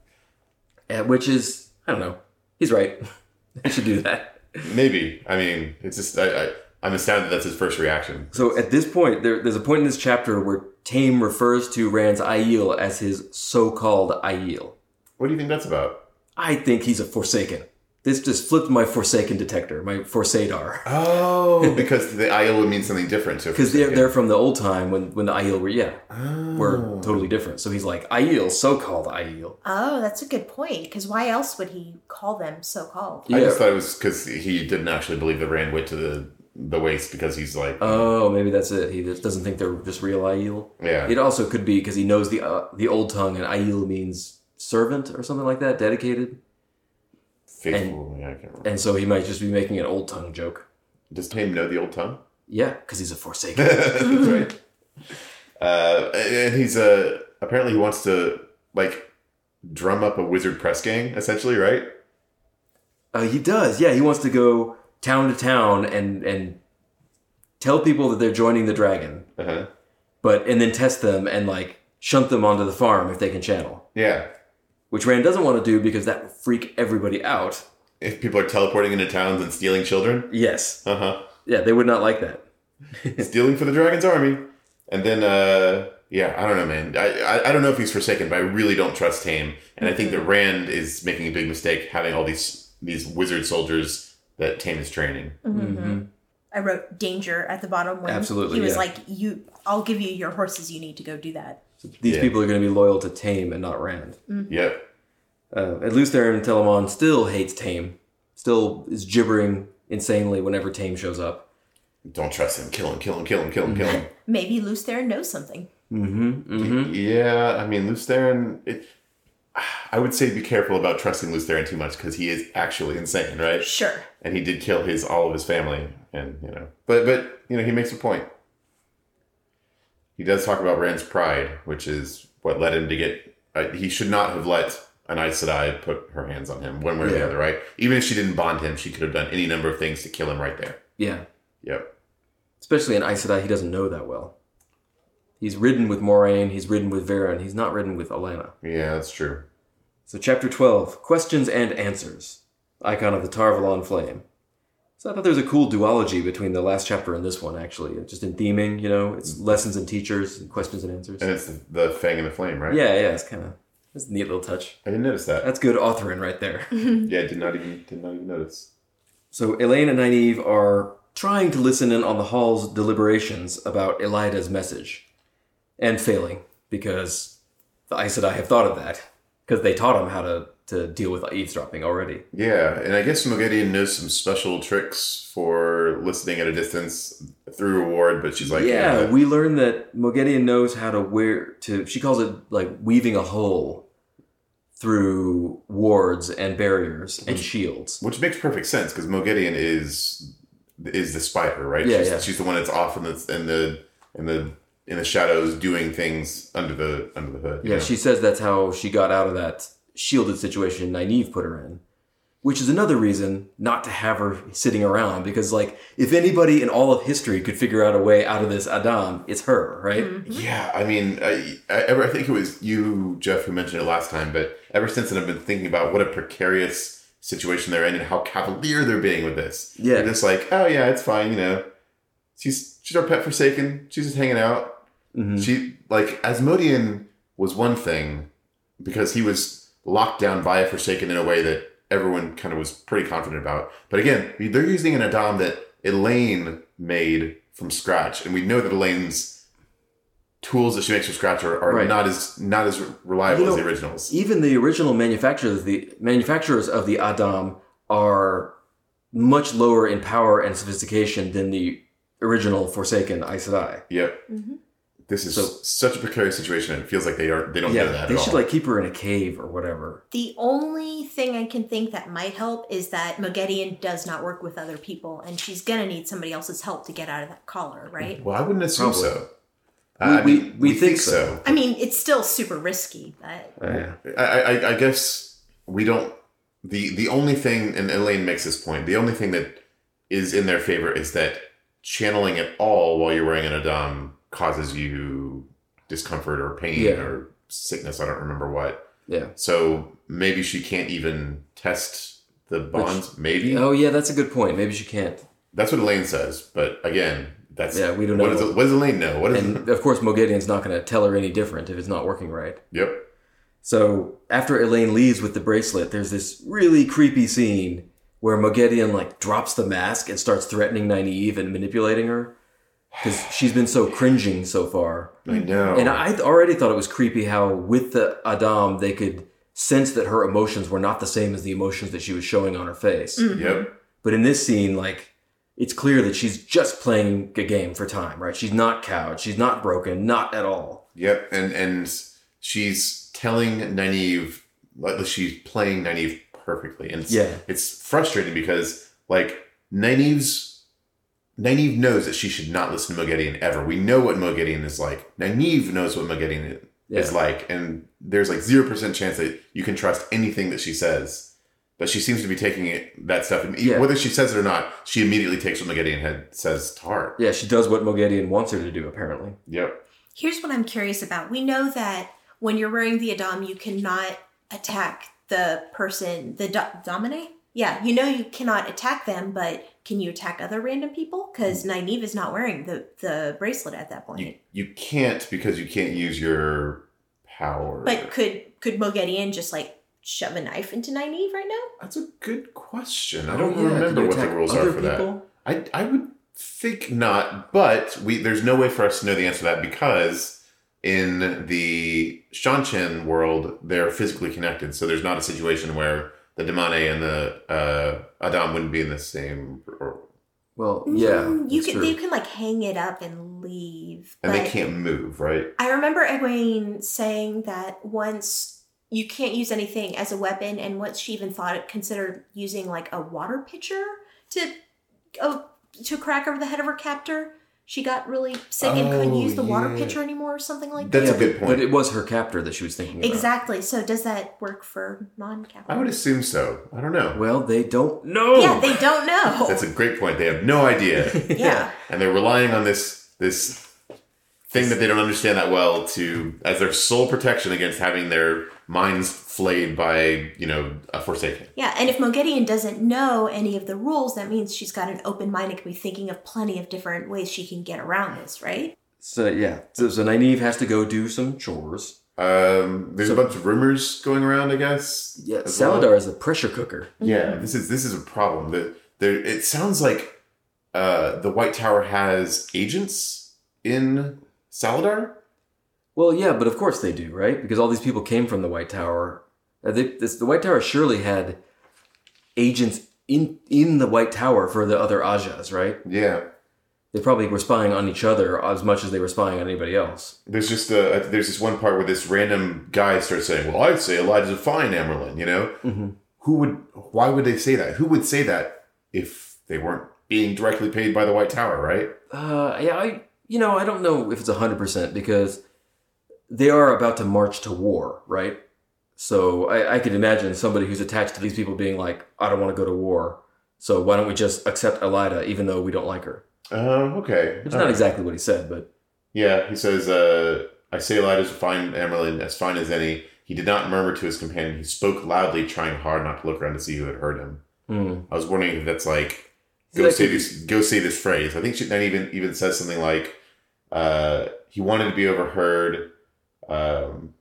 Speaker 2: Uh, which is I don't know. He's right. [laughs] I should do that.
Speaker 3: Yeah, [laughs] maybe. I mean, it's just I, I, I'm astounded that's his first reaction.
Speaker 2: So at this point, there, there's a point in this chapter where Tame refers to Rand's Aiel as his so-called Aiel.
Speaker 3: What do you think that's about?
Speaker 2: I think he's a Forsaken. This just flipped my Forsaken detector, my [laughs] Forsadar.
Speaker 3: Oh, [laughs] because the Iowa means something different. So
Speaker 2: Because they're they're from the old time when when the Aiel were yeah
Speaker 3: Oh.
Speaker 2: were totally different. So he's like Aiel, so called Aiel.
Speaker 1: Oh, that's a good point. Because why else would he call them so called?
Speaker 3: I
Speaker 2: Yeah.
Speaker 3: just thought it was because he didn't actually believe that Rand went to the the waste because he's like,
Speaker 2: Oh, maybe that's it. He just doesn't think they're just real Aiel.
Speaker 3: yeah,
Speaker 2: It also could be because he knows the uh, the old tongue and Aiel means servant or something like that, dedicated.
Speaker 3: faithful. yeah, I can't remember.
Speaker 2: And so he might just be making an old tongue joke. [laughs]
Speaker 3: Does Tame know the old tongue?
Speaker 2: Yeah, because he's a Forsaken.
Speaker 3: That's right. Uh, and he's uh, apparently he wants to like drum up a wizard press gang, essentially, right?
Speaker 2: uh, he does. Yeah, he wants to go town to town and and tell people that they're joining the dragon,
Speaker 3: Uh-huh.
Speaker 2: but and then test them and like shunt them onto the farm if they can channel,
Speaker 3: Yeah.
Speaker 2: which Rand doesn't want to do because that would freak everybody out.
Speaker 3: If people are teleporting into towns and stealing children,
Speaker 2: Yes.
Speaker 3: uh huh,
Speaker 2: Yeah, they would not like that.
Speaker 3: stealing for the dragon's army, and then uh, yeah, I don't know, man. I, I I don't know if he's forsaken, but I really don't trust Tame, and I think
Speaker 2: Mm-hmm.
Speaker 3: that Rand is making a big mistake having all these these wizard soldiers that Tame is training.
Speaker 2: Mhm.
Speaker 1: Mm-hmm. I wrote danger at the bottom when
Speaker 2: Absolutely,
Speaker 1: he was
Speaker 2: yeah.
Speaker 1: like, "You, I'll give you your horses. You need to go do that."
Speaker 2: These
Speaker 3: Yeah.
Speaker 2: people are going to be loyal to Tame and not Rand.
Speaker 3: Yep.
Speaker 2: Uh, and Lutheran Telamon still hates Tame, still is gibbering insanely whenever Tame shows up.
Speaker 3: Don't trust him. Kill him. Kill him. Kill him. Kill him. Kill him.
Speaker 1: Maybe Luce Theron knows something.
Speaker 2: Mm-hmm. Mm-hmm.
Speaker 3: Yeah, I mean, Luce Theron, it, I would say be careful about trusting Luce Theron too much because he is actually insane, right?
Speaker 1: Sure.
Speaker 3: And he did kill his all of his family, and you know, but but you know, he makes a point. He does talk about Rand's pride, which is what led him to get. Uh, he should not have let an Aes Sedai put her hands on him one way or the
Speaker 2: Yeah.
Speaker 3: other, right? Even if she didn't bond him, she could have done any number of things to kill him right there.
Speaker 2: Yeah.
Speaker 3: Yep.
Speaker 2: Especially in Aes Sedai, he doesn't know that well. He's ridden with Moraine, he's ridden with Varen, he's not ridden with Alana.
Speaker 3: Yeah, that's true.
Speaker 2: So, Chapter 12 Questions and Answers Icon of the Tarvalon Flame. So, I thought there was a cool duology between the last chapter and this one, actually, just in theming, you know, it's lessons and teachers and questions and answers.
Speaker 3: And it's the, the Fang and the Flame, right?
Speaker 2: Yeah, yeah, it's kind of it's a neat little touch.
Speaker 3: I didn't notice that.
Speaker 2: That's good authoring right there. [laughs]
Speaker 3: Yeah, did not even did not even notice.
Speaker 2: so Elaine and Nynaeve are trying to listen in on the hall's deliberations about Elida's message, and failing because the Aes Sedai have thought of that because they taught them how to to deal with eavesdropping already.
Speaker 3: Yeah, and I guess Mogedian knows some special tricks for listening at a distance through a ward, but she's like,
Speaker 2: yeah,
Speaker 3: eh,
Speaker 2: we learned that Mogedion knows how to wear to. She calls it like weaving a hole through wards and barriers and shields.
Speaker 3: which makes perfect sense because Mogedian is is the spider, right?
Speaker 2: Yeah,
Speaker 3: she's,
Speaker 2: yeah.
Speaker 3: she's the one that's off in the in the in the in the shadows doing things under the under the hood. you
Speaker 2: Yeah,
Speaker 3: know?
Speaker 2: she says that's how she got out of that shielded situation Nynaeve put her in, which is another reason not to have her sitting around because, like, if anybody in all of history could figure out a way out of this Adam, it's her, right?
Speaker 1: Mm-hmm.
Speaker 3: Yeah, I mean, I, I ever I think it was you, Jeff, who mentioned it last time, but ever since then, I've been thinking about what a precarious situation they're in and how cavalier they're being with this.
Speaker 2: Yeah.
Speaker 3: they're just like, oh yeah, it's fine, you know. She's she's our pet forsaken. She's just hanging out.
Speaker 2: Mhm.
Speaker 3: She like Asmodian was one thing because he was locked down by a forsaken in a way that everyone kind of was pretty confident about. But again, they're using an Adam that Elaine made from scratch, and we know that Elaine's tools that she makes from scratch are, are
Speaker 2: Right.
Speaker 3: not as not as reliable
Speaker 2: You
Speaker 3: as
Speaker 2: know-
Speaker 3: the originals.
Speaker 2: Even the original manufacturers, the manufacturers of the Adam are much lower in power and sophistication than the original Forsaken Aes Sedai.
Speaker 3: Yep.
Speaker 1: Mhm.
Speaker 3: This is
Speaker 2: So-
Speaker 3: such a precarious situation, and it feels like they are they don't know
Speaker 2: Yeah,
Speaker 3: that
Speaker 2: they
Speaker 3: at
Speaker 2: should
Speaker 3: all.
Speaker 2: like keep her in a cave or whatever.
Speaker 1: The only thing I can think that might help is that Mogedion does not work with other people, and she's gonna need somebody else's help to get out of that collar, right?
Speaker 3: well, I wouldn't assume
Speaker 2: Probably.
Speaker 3: so. I
Speaker 2: We-
Speaker 3: mean,
Speaker 2: we- we think so.
Speaker 1: I mean, it's still super risky, but
Speaker 2: Yeah.
Speaker 3: I, I, I guess we don't. The the only thing, and Elaine makes this point. The only thing that is in their favor is that channeling at all while you're wearing an adam causes you discomfort or pain
Speaker 2: Yeah.
Speaker 3: or sickness. I don't remember what.
Speaker 2: Yeah.
Speaker 3: So maybe she can't even test the bonds. maybe
Speaker 2: Oh, yeah, that's a good point. Maybe she can't.
Speaker 3: that's what Elaine says. But again, that's
Speaker 2: Yeah, we don't
Speaker 3: what
Speaker 2: know.
Speaker 3: does- what does Elaine know? What is?
Speaker 2: And of course, Mogedian's not going to tell her any different if it's not working right.
Speaker 3: [laughs] yep.
Speaker 2: So after Elaine leaves with the bracelet, there's this really creepy scene where Mogedion like drops the mask and starts threatening Nynaeve and manipulating her because she's been so cringing so far.
Speaker 3: I know.
Speaker 2: And I th- already thought it was creepy how with the Adam they could sense that her emotions were not the same as the emotions that she was showing on her face.
Speaker 1: mm.
Speaker 3: Yep.
Speaker 2: But in this scene, like, it's clear that she's just playing a game for time, right? She's not cowed. She's not broken, not at all.
Speaker 3: Yep, and and she's telling Nynaeve like she's playing Nynaeve perfectly, and it's,
Speaker 2: Yeah.
Speaker 3: it's frustrating because like Nynaeve's Nynaeve knows that she should not listen to Mogedion ever. We know what Mogedion is like. Nynaeve knows what Mogedion is, is
Speaker 2: Yeah.
Speaker 3: like, and there's like zero percent chance that you can trust anything that she says. But she seems to be taking it that stuff, and
Speaker 2: Yeah.
Speaker 3: whether she says it or not, she immediately takes what Mogedion had says to heart.
Speaker 2: Yeah, she does what Mogedion wants her to do, apparently.
Speaker 3: Yep.
Speaker 1: Here's what I'm curious about. We know that when you're wearing the Adam, you cannot attack the person, the do- Domine? Yeah, you know you cannot attack them, but can you attack other random people? Because Nynaeve is not wearing the, the bracelet at that point.
Speaker 3: You you can't because you can't use your power.
Speaker 1: but could could Mogedion just like shove a knife into Nynaeve right now?
Speaker 3: that's a good question. I
Speaker 2: Oh,
Speaker 3: don't
Speaker 2: yeah,
Speaker 3: remember
Speaker 2: can you
Speaker 3: what the
Speaker 2: attack
Speaker 3: rules are
Speaker 2: other
Speaker 3: for that.
Speaker 2: people?
Speaker 3: I, I would think not, but we there's no way for us to know the answer to that because in the Shanchen world, they're physically connected. So there's not a situation where the Demane and the uh, Adam wouldn't be in the same, or,
Speaker 2: Well, yeah.
Speaker 1: Mm, you
Speaker 2: that's
Speaker 1: can
Speaker 2: true.
Speaker 1: you can like hang it up and leave.
Speaker 3: and they
Speaker 1: but-
Speaker 3: can't move, right?
Speaker 1: I remember Egwene saying that once you can't use anything as a weapon, and once she even thought it considered using like a water pitcher to oh, to crack over the head of her captor, she got really sick and couldn't
Speaker 3: Oh,
Speaker 1: use the water
Speaker 3: yeah.
Speaker 1: pitcher anymore or something like
Speaker 3: That's
Speaker 1: that.
Speaker 3: a good
Speaker 2: but-
Speaker 3: point.
Speaker 2: But it was her captor that she was thinking about.
Speaker 1: Exactly. So does that work for non-captors?
Speaker 3: I would assume so. I don't know.
Speaker 2: Well, they don't know.
Speaker 1: Yeah, they don't know.
Speaker 3: That's a great point. They have
Speaker 2: [laughs]
Speaker 3: no idea, [laughs]
Speaker 1: yeah.
Speaker 3: and they're relying on this this thing that they don't understand that well to as their sole protection against having their minds flayed by you know a Forsaken.
Speaker 1: Yeah, and if Mogedion doesn't know any of the rules, that means she's got an open mind and can be thinking of plenty of different ways she can get around this, right?
Speaker 2: So, yeah. So, so Nynaeve has to go do some chores.
Speaker 3: Um, there's
Speaker 2: So-
Speaker 3: a bunch of rumors going around, I guess.
Speaker 2: Yeah,
Speaker 3: as
Speaker 2: Saladar
Speaker 3: well.
Speaker 2: is a pressure cooker.
Speaker 3: Yeah, this is this is a problem. That there, it sounds like uh, the White Tower has agents in Saladar.
Speaker 2: Well, yeah, but of course they do, right? Because all these people came from the White Tower. Uh, they, this, the White Tower surely had agents in in the White Tower for the other Ajas, right?
Speaker 3: Yeah,
Speaker 2: They probably were spying on each other as much as they were spying on anybody else.
Speaker 3: there's just a, there's this one part where this random guy starts saying, "Well, I'd say Elijah's a fine Amerlin." You know,
Speaker 2: Mm-hmm.
Speaker 3: who would? Why would they say that? Who would say that if they weren't being directly paid by the White Tower? Right?
Speaker 2: Uh, yeah, I you know I don't know if it's hundred percent because they are about to march to war, right? So I, I could imagine somebody who's attached to these people being like, I don't want to go to war, so why don't we just accept Elida even though we don't like her?
Speaker 3: Um, okay.
Speaker 2: It's
Speaker 3: All
Speaker 2: not
Speaker 3: right.
Speaker 2: exactly what he said, but
Speaker 3: Yeah, he says, uh, I say aloud as fine Amerlin, as fine as any. He did not murmur to his companion. He spoke loudly, trying hard not to look around to see who had heard him.
Speaker 2: hmm.
Speaker 3: I was wondering if that's like
Speaker 2: So
Speaker 3: go
Speaker 2: that
Speaker 3: say
Speaker 2: could-
Speaker 3: this go say this phrase. I think she then even even says something like, uh, he wanted to be overheard. Um,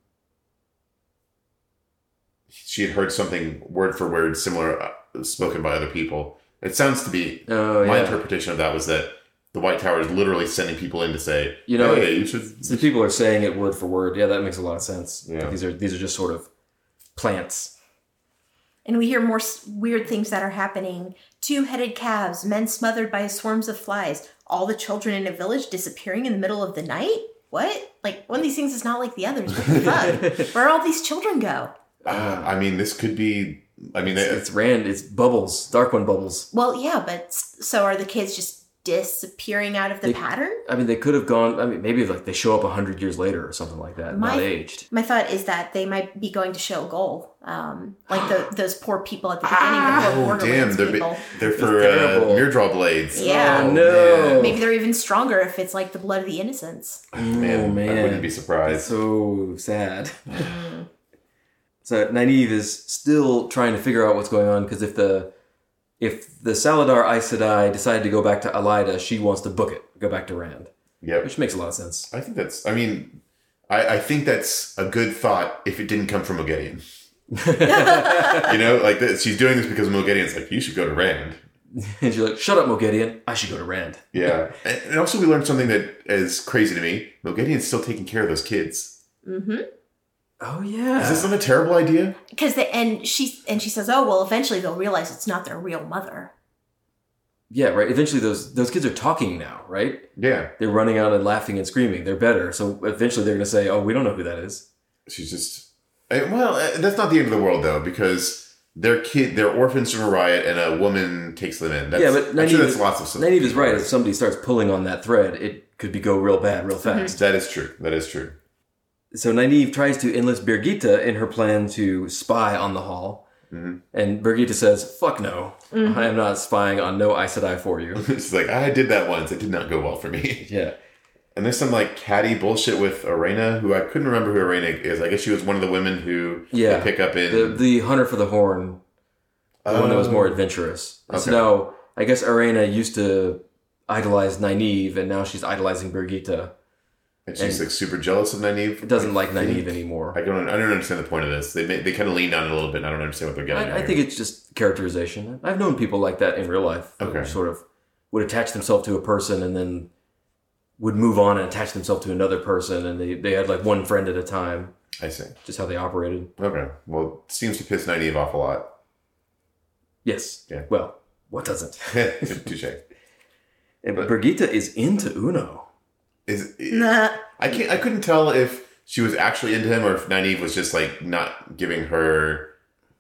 Speaker 3: she had heard something word for word similar uh, spoken by other people. It sounds to be
Speaker 2: Oh
Speaker 3: my
Speaker 2: yeah.
Speaker 3: interpretation of that was that the White Tower is literally sending people in to say,
Speaker 2: You know,
Speaker 3: hey, you should
Speaker 2: Since people are saying it word for word, yeah, that makes a lot of sense.
Speaker 3: Yeah.
Speaker 2: These are these are just sort of
Speaker 3: [laughs]
Speaker 2: plants. [laughs]
Speaker 1: And we hear more s- weird things that are happening. Two headed calves, men smothered by swarms of flies, all the children in a village disappearing in the middle of the night? What? Like, one of these things is not like the others. What the
Speaker 2: [laughs]
Speaker 1: fuck? Where all these children go?
Speaker 3: Uh, I mean, this could be. I mean,
Speaker 2: It's, it's Rand. It's bubbles. Dark one bubbles.
Speaker 1: Well, yeah, but s- so are the kids just disappearing out of the
Speaker 2: They-
Speaker 1: pattern?
Speaker 2: I mean, they could have gone. I mean, maybe like they show up hundred years later or something like that,
Speaker 1: My-
Speaker 2: not aged.
Speaker 1: My thought is that they might be going to show goal, um, like the, those poor people at the beginning,
Speaker 2: Ah!
Speaker 1: the poor
Speaker 3: oh damn,
Speaker 1: Borderlands
Speaker 3: they're,
Speaker 1: people.
Speaker 3: bi- they're
Speaker 2: It's
Speaker 3: for uh,
Speaker 2: terrible.
Speaker 3: mirror draw blades.
Speaker 1: Yeah.
Speaker 2: Oh, no.
Speaker 1: Maybe they're even stronger if it's like the blood of the innocents.
Speaker 3: [laughs]
Speaker 2: oh
Speaker 3: man,
Speaker 2: man,
Speaker 3: I wouldn't be surprised.
Speaker 2: It's so
Speaker 3: [laughs]
Speaker 2: sad. so Nynaeve is still trying to figure out what's going on because if the if the Saladar Aes Sedai decided to go back to Alida, she wants to book it, go back to Rand,
Speaker 3: Yep.
Speaker 2: which makes a lot of sense. [laughs]
Speaker 3: I think that's. I mean, I, I think that's a good thought if it didn't come from Mogedion.
Speaker 1: Mm-hmm.
Speaker 3: you know, like that, she's doing this because Mogedion's like, you should go to Rand.
Speaker 2: And she's like, "Shut up, Mogedion. I should go to Rand."
Speaker 3: Yeah, and, and also we learned something that is crazy to me. Mogedion's still taking care of those kids.
Speaker 1: hmm
Speaker 2: Oh yeah.
Speaker 3: Is this not a terrible idea?
Speaker 1: because the and she and she says, "Oh well, eventually they'll realize it's not their real
Speaker 3: [laughs]
Speaker 1: mother."
Speaker 2: Yeah, right. Eventually, those those kids are talking now, right?
Speaker 3: Yeah,
Speaker 2: They're running out and laughing and screaming. They're better, so eventually they're going to say, "Oh, we don't know who that is."
Speaker 3: uh, she's just eh, well eh, that's not the end of the world though because They're kid, they're orphans from a riot, and a woman takes them in. That's,
Speaker 2: Yeah, but
Speaker 3: I'm
Speaker 2: Nynaeve
Speaker 3: sure that's
Speaker 2: is-
Speaker 3: lots of.
Speaker 2: Nynaeve is right. If somebody starts pulling on that thread, it could be go real bad real fast.
Speaker 3: That is true. That is true. [laughs]
Speaker 2: So Nynaeve tries to enlist Birgitta in her plan to spy on the hall.
Speaker 3: Mhm.
Speaker 2: And Birgitta says, fuck no. I am not spying on no Aes Sedai for
Speaker 3: [laughs]
Speaker 2: you.
Speaker 3: She's like, I did that once. It did not go well for me. [laughs]
Speaker 2: yeah.
Speaker 3: And there's some like catty bullshit with Arena, who I couldn't remember who Arena is. I guess she was one of the women who
Speaker 2: Yeah.
Speaker 3: they pick up in.
Speaker 2: The, the hunter for the horn, the one that was
Speaker 3: Oh.
Speaker 2: more adventurous.
Speaker 3: Okay.
Speaker 2: So now, I guess Arena used to idolize Nynaeve, and now she's idolizing Birgitta.
Speaker 3: And she's
Speaker 2: and-
Speaker 3: like super jealous of Nynaeve.
Speaker 2: It doesn't like
Speaker 3: I think-
Speaker 2: Nynaeve anymore.
Speaker 3: I don't. I don't understand the point of this. They ma- they kind of lean on it a little bit. and I don't understand what they're getting.
Speaker 2: I,
Speaker 3: at
Speaker 2: I
Speaker 3: here.
Speaker 2: think it's just characterization. I've known people like that in real life. who
Speaker 3: Okay.
Speaker 2: Sort of would attach themselves to a person and then would move on and attach themselves to another person, and they, they had like one friend at a time,
Speaker 3: I see.
Speaker 2: just how they operated.
Speaker 3: Okay. Well, it seems to piss Nynaeve off a lot. [laughs]
Speaker 2: Yes.
Speaker 3: Yeah.
Speaker 2: Well, what
Speaker 3: [laughs]
Speaker 2: doesn't?
Speaker 3: Touche.
Speaker 2: And Brigitte is into Uno.
Speaker 3: Is
Speaker 1: Nah.
Speaker 3: I can't. I couldn't tell if she was actually into him or if Nynaeve was just like not giving her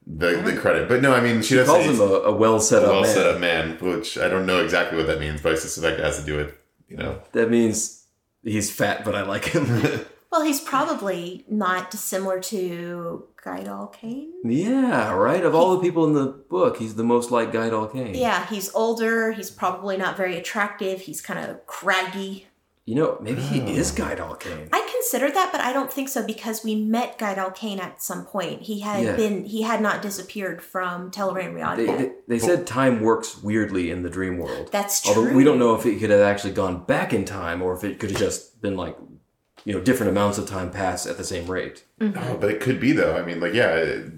Speaker 3: the the credit. But no, I mean she,
Speaker 2: She
Speaker 3: does
Speaker 2: calls
Speaker 3: say
Speaker 2: him
Speaker 3: he's
Speaker 2: a, a well set
Speaker 3: a
Speaker 2: up
Speaker 3: well
Speaker 2: Oh, man.
Speaker 3: set up man, which I don't know exactly what that means, but I suspect it has to do with
Speaker 2: [laughs]
Speaker 3: you know.
Speaker 2: That means he's fat, but I like him. [laughs]
Speaker 1: Well, he's probably not dissimilar to Guidal Kane.
Speaker 2: yeah, right? Of all the people in the book, he's the most like Guy
Speaker 3: Hmm.
Speaker 2: Kane.
Speaker 1: Yeah, he's older. He's probably not very attractive. He's kind of craggy.
Speaker 2: You know, maybe
Speaker 3: Oh.
Speaker 2: he is Guy Kane.
Speaker 1: I consider that, but I don't think so because we met Guidal Kane at some point. He had
Speaker 2: Yeah.
Speaker 1: been he had not disappeared from Telrain Riyadh.
Speaker 2: They,
Speaker 1: yet.
Speaker 2: they, they said time works weirdly in the dream world.
Speaker 1: That's true.
Speaker 2: Although we don't know if it could have actually gone back in time or if it could have just been like, you know, different amounts of time pass at the same rate.
Speaker 3: Oh, but it could be though. I mean, like yeah, it,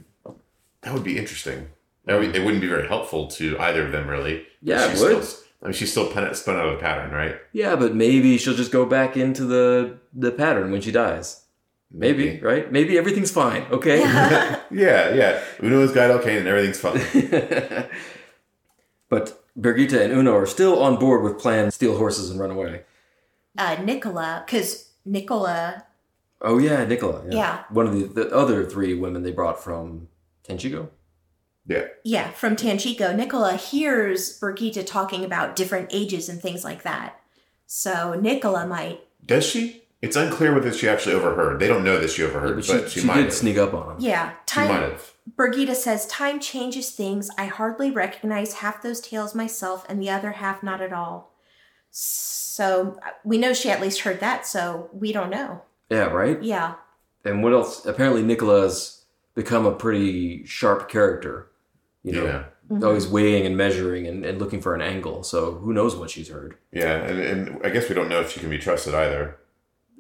Speaker 3: that would be interesting. That would, it wouldn't be very helpful to either of them really.
Speaker 2: Yeah, it
Speaker 3: She's
Speaker 2: would.
Speaker 3: Still, I mean, she's still pen- spun out of the pattern, right?
Speaker 2: Yeah, but maybe she'll just go back into the the pattern when she dies. Maybe, [laughs] right? Maybe everything's fine. Okay.
Speaker 3: [laughs] Yeah, yeah. Uno's got Alcane and everything's fine.
Speaker 2: [laughs] but Birgitta and Uno are still on board with plan steal horses and run away.
Speaker 1: uh, Nicola, because Nicola,
Speaker 2: Oh yeah, Nicola. Yeah.
Speaker 1: Yeah.
Speaker 2: One of the, the other three women they brought from Tenchigo.
Speaker 3: yeah.
Speaker 1: yeah, from Tanchico, Nicola hears Brigitte talking about different ages and things like that. So Nicola might,
Speaker 3: Does she? It's unclear whether she actually overheard. They don't know that she
Speaker 2: Yeah,
Speaker 3: overheard,
Speaker 2: but
Speaker 3: but,
Speaker 2: she,
Speaker 3: she,
Speaker 2: she
Speaker 3: might
Speaker 2: did
Speaker 3: have.
Speaker 2: sneak up on him.
Speaker 1: yeah,
Speaker 3: She might
Speaker 1: time.
Speaker 3: have.
Speaker 1: Brigitte says, "Time changes things. I hardly recognize half those tales myself, and the other half not at all." So uh, we know she at least heard that. So we don't know.
Speaker 2: Yeah, right?
Speaker 1: Yeah,
Speaker 2: And what else? Apparently Nicola's become a pretty sharp character. You know,
Speaker 3: Yeah.
Speaker 1: Mhm.
Speaker 2: always weighing and measuring and, and looking for an angle. So who knows what she's heard?
Speaker 3: Yeah, and, and I guess we don't know if she can be
Speaker 2: [laughs]
Speaker 3: trusted either.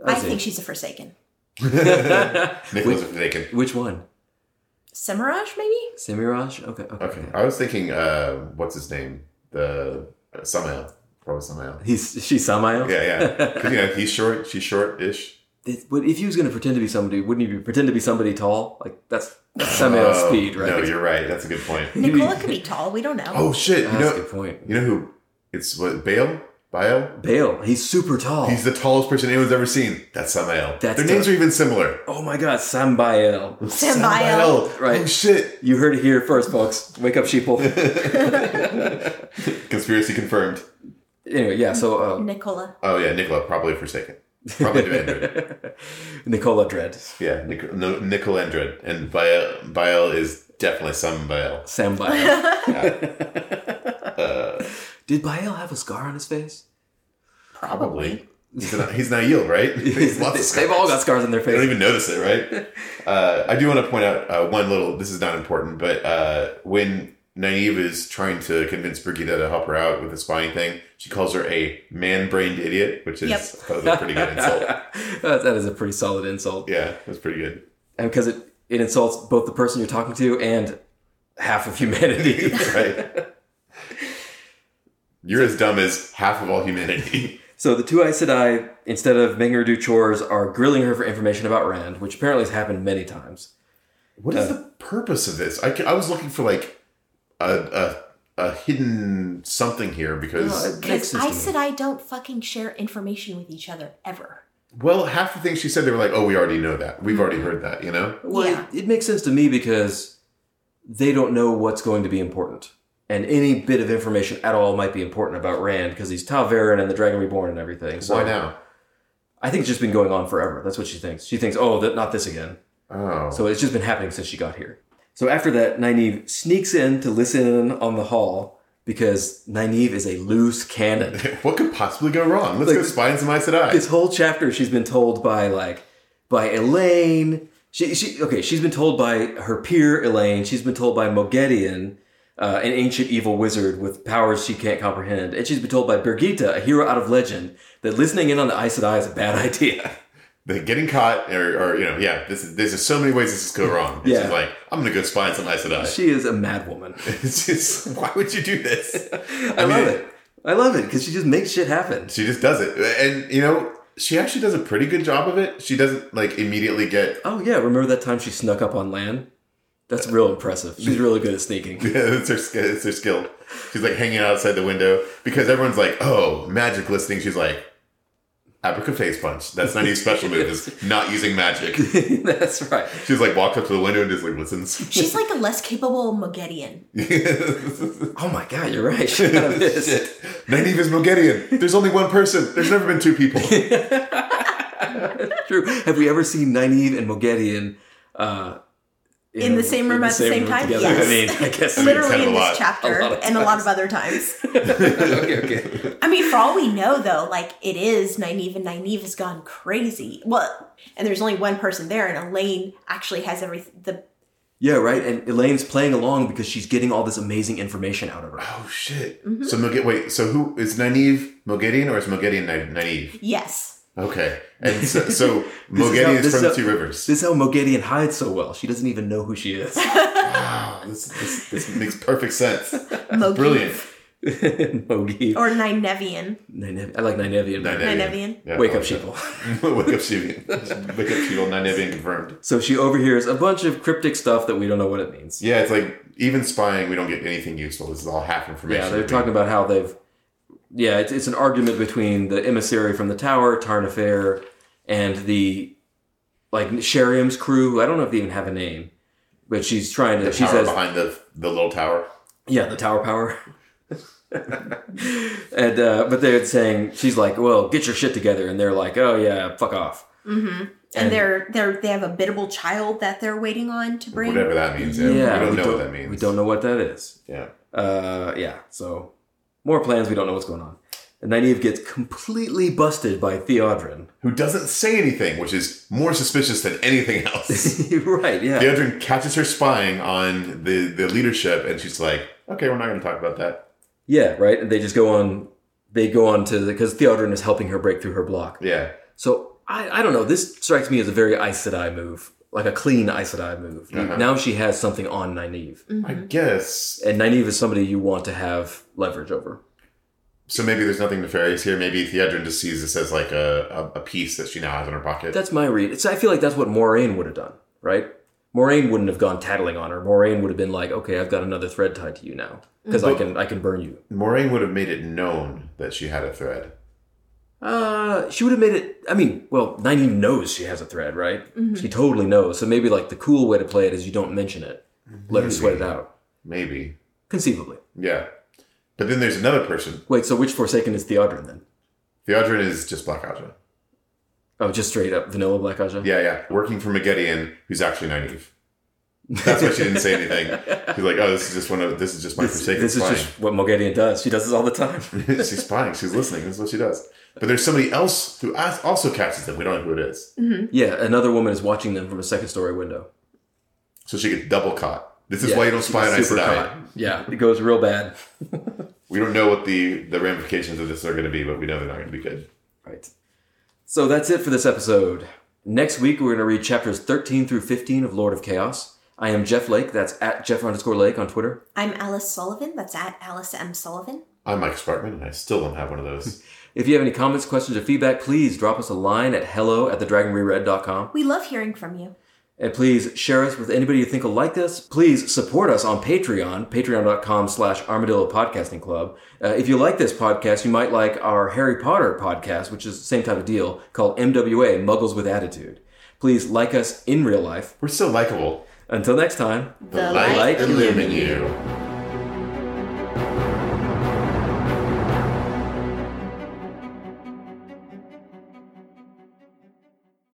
Speaker 1: I think she's a Forsaken.
Speaker 3: Nicholas
Speaker 2: which,
Speaker 3: if they can.
Speaker 2: which one?
Speaker 1: Semiraj, maybe.
Speaker 2: Semiraj? Okay. Okay.
Speaker 3: Okay, I was thinking, uh, what's his name? The uh, Samael, probably Samael.
Speaker 2: He's she's Samael.
Speaker 3: Yeah, yeah. 'Cause, you know, he's short. She's short-ish.
Speaker 2: [laughs] It- but if he was going to pretend to be somebody, wouldn't he be, pretend to be somebody tall? Like that's, that's Samael's
Speaker 3: Oh,
Speaker 2: speed, right?
Speaker 3: No,
Speaker 2: [laughs]
Speaker 3: you're right. That's a good point.
Speaker 1: Nicola could be tall. We don't know.
Speaker 3: Oh shit! You
Speaker 2: That's a
Speaker 3: know,
Speaker 2: good point.
Speaker 3: you know who? It's what Bale. Bale.
Speaker 2: Bale, he's super tall.
Speaker 3: He's the tallest person anyone's ever seen. That's Samael.
Speaker 2: Oh. That's
Speaker 3: Their names
Speaker 2: the-
Speaker 3: are even similar.
Speaker 2: oh my God, Sambael.
Speaker 1: Samael.
Speaker 3: Samael.
Speaker 2: Right.
Speaker 3: Oh shit. [laughs]
Speaker 2: You heard it here first, folks. Wake up, sheeple.
Speaker 3: Conspiracy confirmed.
Speaker 2: anyway, yeah. So uh,
Speaker 3: [laughs]
Speaker 1: Nicola.
Speaker 3: Oh yeah, Nicola probably forsaken. Probably Devendred.
Speaker 2: uh, [laughs] Nicola Dredd,
Speaker 3: yeah, Nic- no, Nicola Endred. And Bael, Bael is definitely some Bael.
Speaker 1: [laughs]
Speaker 2: Sambael.
Speaker 3: Uh,
Speaker 2: Did Bael have a scar on his
Speaker 3: [laughs]
Speaker 2: face?
Speaker 3: probably. He's, an, he's Nail, right? He's lots of
Speaker 2: They've all got
Speaker 3: scars.
Speaker 2: scars on
Speaker 3: [laughs]
Speaker 2: their
Speaker 3: They don't
Speaker 2: face.
Speaker 3: even notice it, right? Uh, I do want to point out uh, one little. This is not important, but uh, when Nynaeve is trying to convince Brigida to help her out with the spying thing, she calls her a man-brained idiot, which is
Speaker 1: Yep.
Speaker 3: I thought was a pretty good
Speaker 2: [laughs]
Speaker 3: insult.
Speaker 2: That- that is a pretty solid insult.
Speaker 3: Yeah, that's pretty good. [laughs]
Speaker 2: and because it, it insults both the person you're talking to and half of
Speaker 3: [laughs]
Speaker 2: humanity.
Speaker 3: right. You're as dumb as half of all humanity.
Speaker 2: so the two Aes Sedai, instead of making her do chores, are grilling her for information about Rand, which apparently has happened many times.
Speaker 3: What is the purpose of this? I, ca- I was looking for like a, a, a hidden something here because,
Speaker 1: Because I
Speaker 2: Aes
Speaker 1: said I don't fucking share information with each other ever.
Speaker 3: well, half the things she
Speaker 2: Mm-hmm.
Speaker 3: said, they were like, oh, we already know that. We've already heard that, you know?
Speaker 2: Well,
Speaker 1: Yeah.
Speaker 2: it, it makes sense to me because they don't know what's going to be important. And any bit of information at all might be important about Rand because he's Tal'Verin and the Dragon Reborn and everything. So
Speaker 3: Why now?
Speaker 2: I think it's just been going on forever. That's what she thinks. She thinks, oh, th- not this again.
Speaker 3: Oh.
Speaker 2: So it's just been happening since she got here. So after that, Nynaeve sneaks in to listen in on the hall because Nynaeve is a loose cannon.
Speaker 3: [laughs] what could possibly go wrong? Let's
Speaker 2: Like-
Speaker 3: go spy on some Aes Sedai.
Speaker 2: this whole chapter, she's been told by like by Elaine. She, she okay. She's been told by her peer Elaine. She's been told by Mogedion, uh, an ancient evil wizard with powers she can't comprehend, and she's been told by Birgitta, a hero out of legend, that listening in on the Aes Sedai is a bad [laughs] idea.
Speaker 3: the getting caught, or, or you know, yeah, this is, there's just so many ways this could go wrong. It's
Speaker 2: Yeah.
Speaker 3: just like, I'm going to go spy on some
Speaker 2: [laughs]
Speaker 3: Aes Sedai.
Speaker 2: She is a mad woman.
Speaker 3: [laughs] It's just, why would you do this?
Speaker 2: [laughs] I, love it. I love it because she just makes shit happen.
Speaker 3: She just does it. And, you know, she actually does a pretty good job of it. She doesn't, like, immediately get.
Speaker 2: Oh yeah, remember that time she snuck up on Lan? That's real impressive. She's really good at sneaking. [laughs]
Speaker 3: [laughs] it's, her, sk- it's her skill. She's, like, hanging outside the window because everyone's like, oh, magic listening. She's like, Aprica face punch. That's not Nynaeve's special
Speaker 2: [laughs]
Speaker 3: move, is not using magic.
Speaker 2: That's right.
Speaker 3: She's like, walks up to the window and just, like, listens. [laughs]
Speaker 1: She's like a less capable Mogedian.
Speaker 2: Oh my god, you're right. She
Speaker 3: [laughs]
Speaker 2: kind of is.
Speaker 3: Nynaeve is Mogedian. There's only one person. There's never been two people.
Speaker 2: True. Have we ever seen Nynaeve and Mogedion uh,
Speaker 1: In the same room at the same
Speaker 2: room
Speaker 1: time?
Speaker 2: together?
Speaker 1: Yes.
Speaker 2: [laughs] I mean, I guess.
Speaker 3: mean, it's kind
Speaker 1: Literally
Speaker 3: of
Speaker 1: in
Speaker 3: a
Speaker 1: this
Speaker 3: lot.
Speaker 1: chapter
Speaker 2: A lot of
Speaker 1: and a lot of other times.
Speaker 2: [laughs] okay, okay.
Speaker 1: I mean, for all we know, though, like it is Nynaeve, and Nynaeve has gone crazy. Well, and there's only one person there, and Elaine actually has every the
Speaker 2: Yeah, right. And Elaine's playing along because she's getting all this amazing information out of her.
Speaker 3: Oh shit!
Speaker 2: Mm-hmm.
Speaker 3: So Moge- wait, so who is Nynaeve Mogedian or is Mogedion Ny- Nynaeve?
Speaker 1: yes.
Speaker 3: Okay, and so, so
Speaker 2: [laughs] This is how-
Speaker 3: Mogedion is,
Speaker 2: this
Speaker 3: from
Speaker 2: is how-
Speaker 3: Two Rivers.
Speaker 2: This is how Mogedion hides so well. She doesn't even know who she
Speaker 1: [laughs]
Speaker 2: is.
Speaker 3: Wow, this, this, this makes perfect sense.
Speaker 1: Mogi.
Speaker 3: Brilliant.
Speaker 2: Mogi.
Speaker 1: Or Nynevian.
Speaker 2: Nynaeve- I like Nynaevian. better.
Speaker 1: Nynaevian.
Speaker 3: Yeah,
Speaker 2: Wake
Speaker 3: I
Speaker 2: up,
Speaker 3: like that.
Speaker 2: sheeple.
Speaker 3: [laughs] Wake up, Sheevian. Wake up, Sheeple. Nynaevian confirmed.
Speaker 2: So she overhears a bunch of cryptic stuff that we don't know what it means.
Speaker 3: Yeah, it's like even spying, we don't get anything useful. This is all half information.
Speaker 2: Yeah, they're talking about how they've. Yeah, it's, it's an argument between the emissary from the tower, Tarnifair, and the like Sheriam's crew. who I don't know if they even have a name, but she's trying to.
Speaker 3: The
Speaker 2: she
Speaker 3: tower
Speaker 2: says,
Speaker 3: behind the the little tower.
Speaker 2: "Yeah, the tower power." and uh, but they're saying she's like, "Well, get your shit together," and they're like, "Oh yeah, fuck off."
Speaker 1: Mm-hmm. And,
Speaker 2: And-
Speaker 1: they're they're they have a biddable child that they're waiting on to bring.
Speaker 3: Whatever that means. Yeah, we don't know what that means.
Speaker 2: We don't know what that is.
Speaker 3: Yeah.
Speaker 2: Uh, yeah. So more plans. We don't know what's going on. And Nynaeve gets completely busted by Theodrin.
Speaker 3: Who doesn't say anything, which is more suspicious than anything else.
Speaker 2: [laughs] right. Yeah.
Speaker 3: Deodrin catches her spying on the, the leadership, and she's like, "Okay, we're not going to talk about that."
Speaker 2: Yeah. Right. And they just go on. They go on to because Theodrin is helping her break through her block.
Speaker 3: Yeah,
Speaker 2: So I, I don't know. This strikes me as a very Aes Sedai move, like a clean Aes Sedai move.
Speaker 3: Uh-huh.
Speaker 2: Now she has something on Nynaeve,
Speaker 3: I
Speaker 1: Mhm.
Speaker 3: guess.
Speaker 2: and Nynaeve is somebody you want to have leverage over.
Speaker 3: So maybe there's nothing nefarious here. Maybe Theodrin just sees this as like a, a, a piece that she now has in her pocket.
Speaker 2: That's my read. It's, I feel like that's what Moraine would have done, right? Moraine wouldn't have gone tattling on her. Moraine would have been like, "Okay, I've got another thread tied to you now because I
Speaker 3: But-
Speaker 2: can I can burn you."
Speaker 3: Moraine would have made it known that she had a thread.
Speaker 2: Uh, she would have made it. I mean, well, Nynaeve knows she has a thread, right?
Speaker 1: Mm-hmm.
Speaker 2: She totally knows. So maybe like the cool way to play it is you don't mention it, let her sweat it out,
Speaker 3: Maybe.
Speaker 2: conceivably.
Speaker 3: Yeah. But then there's another person.
Speaker 2: Wait, so which Forsaken is Theodrin then?
Speaker 3: Theodrin is just Black Aja.
Speaker 2: Oh, just straight up vanilla Black Aja.
Speaker 3: Yeah, yeah. Working for Megiddian, who's actually Nynaeve. That's why she
Speaker 2: [laughs]
Speaker 3: didn't say anything. She's like, "Oh, this is just one of this is just my
Speaker 2: This,
Speaker 3: forsaken
Speaker 2: this is
Speaker 3: spying."
Speaker 2: just what Mogedion does. She does this all the
Speaker 3: [laughs]
Speaker 2: time.
Speaker 3: she's spying. She's listening. This is what she does. But there's somebody else who as- also catches them. We don't know who it is.
Speaker 1: Mm-hmm.
Speaker 2: yeah, another woman is watching them from a second story window.
Speaker 3: So she gets double caught. This is
Speaker 2: Yeah,
Speaker 3: why you don't
Speaker 2: she's
Speaker 3: spy on Aes
Speaker 2: super
Speaker 3: Sedai.
Speaker 2: caught. Yeah, it goes real bad.
Speaker 3: We don't know what the, the ramifications of this are going to be, but we know they're not going to be good.
Speaker 2: Right. So that's it for this episode. Next week, we're going to read chapters 13 through 15 of Lord of Chaos. I am Jeff Lake. That's at Jeff underscore Lake on Twitter.
Speaker 1: I'm Alice Sullivan. That's at Alice M Sullivan.
Speaker 3: I'm Mike Sparkman, and I still don't have one of those.
Speaker 2: If you have any comments, questions, or feedback, please drop us a line at hello at thedragonreread.com.
Speaker 1: We love hearing from you.
Speaker 2: And please share us with anybody you think will like this. Please support us on Patreon, patreon.com slash armadillo podcasting club. Uh, if you like this podcast, you might like our Harry Potter podcast, which is the same type of deal, called MWA, Muggles with Attitude. Please like us in real life.
Speaker 3: We're still likable.
Speaker 2: Until next time.
Speaker 1: The
Speaker 2: light
Speaker 3: illumine you.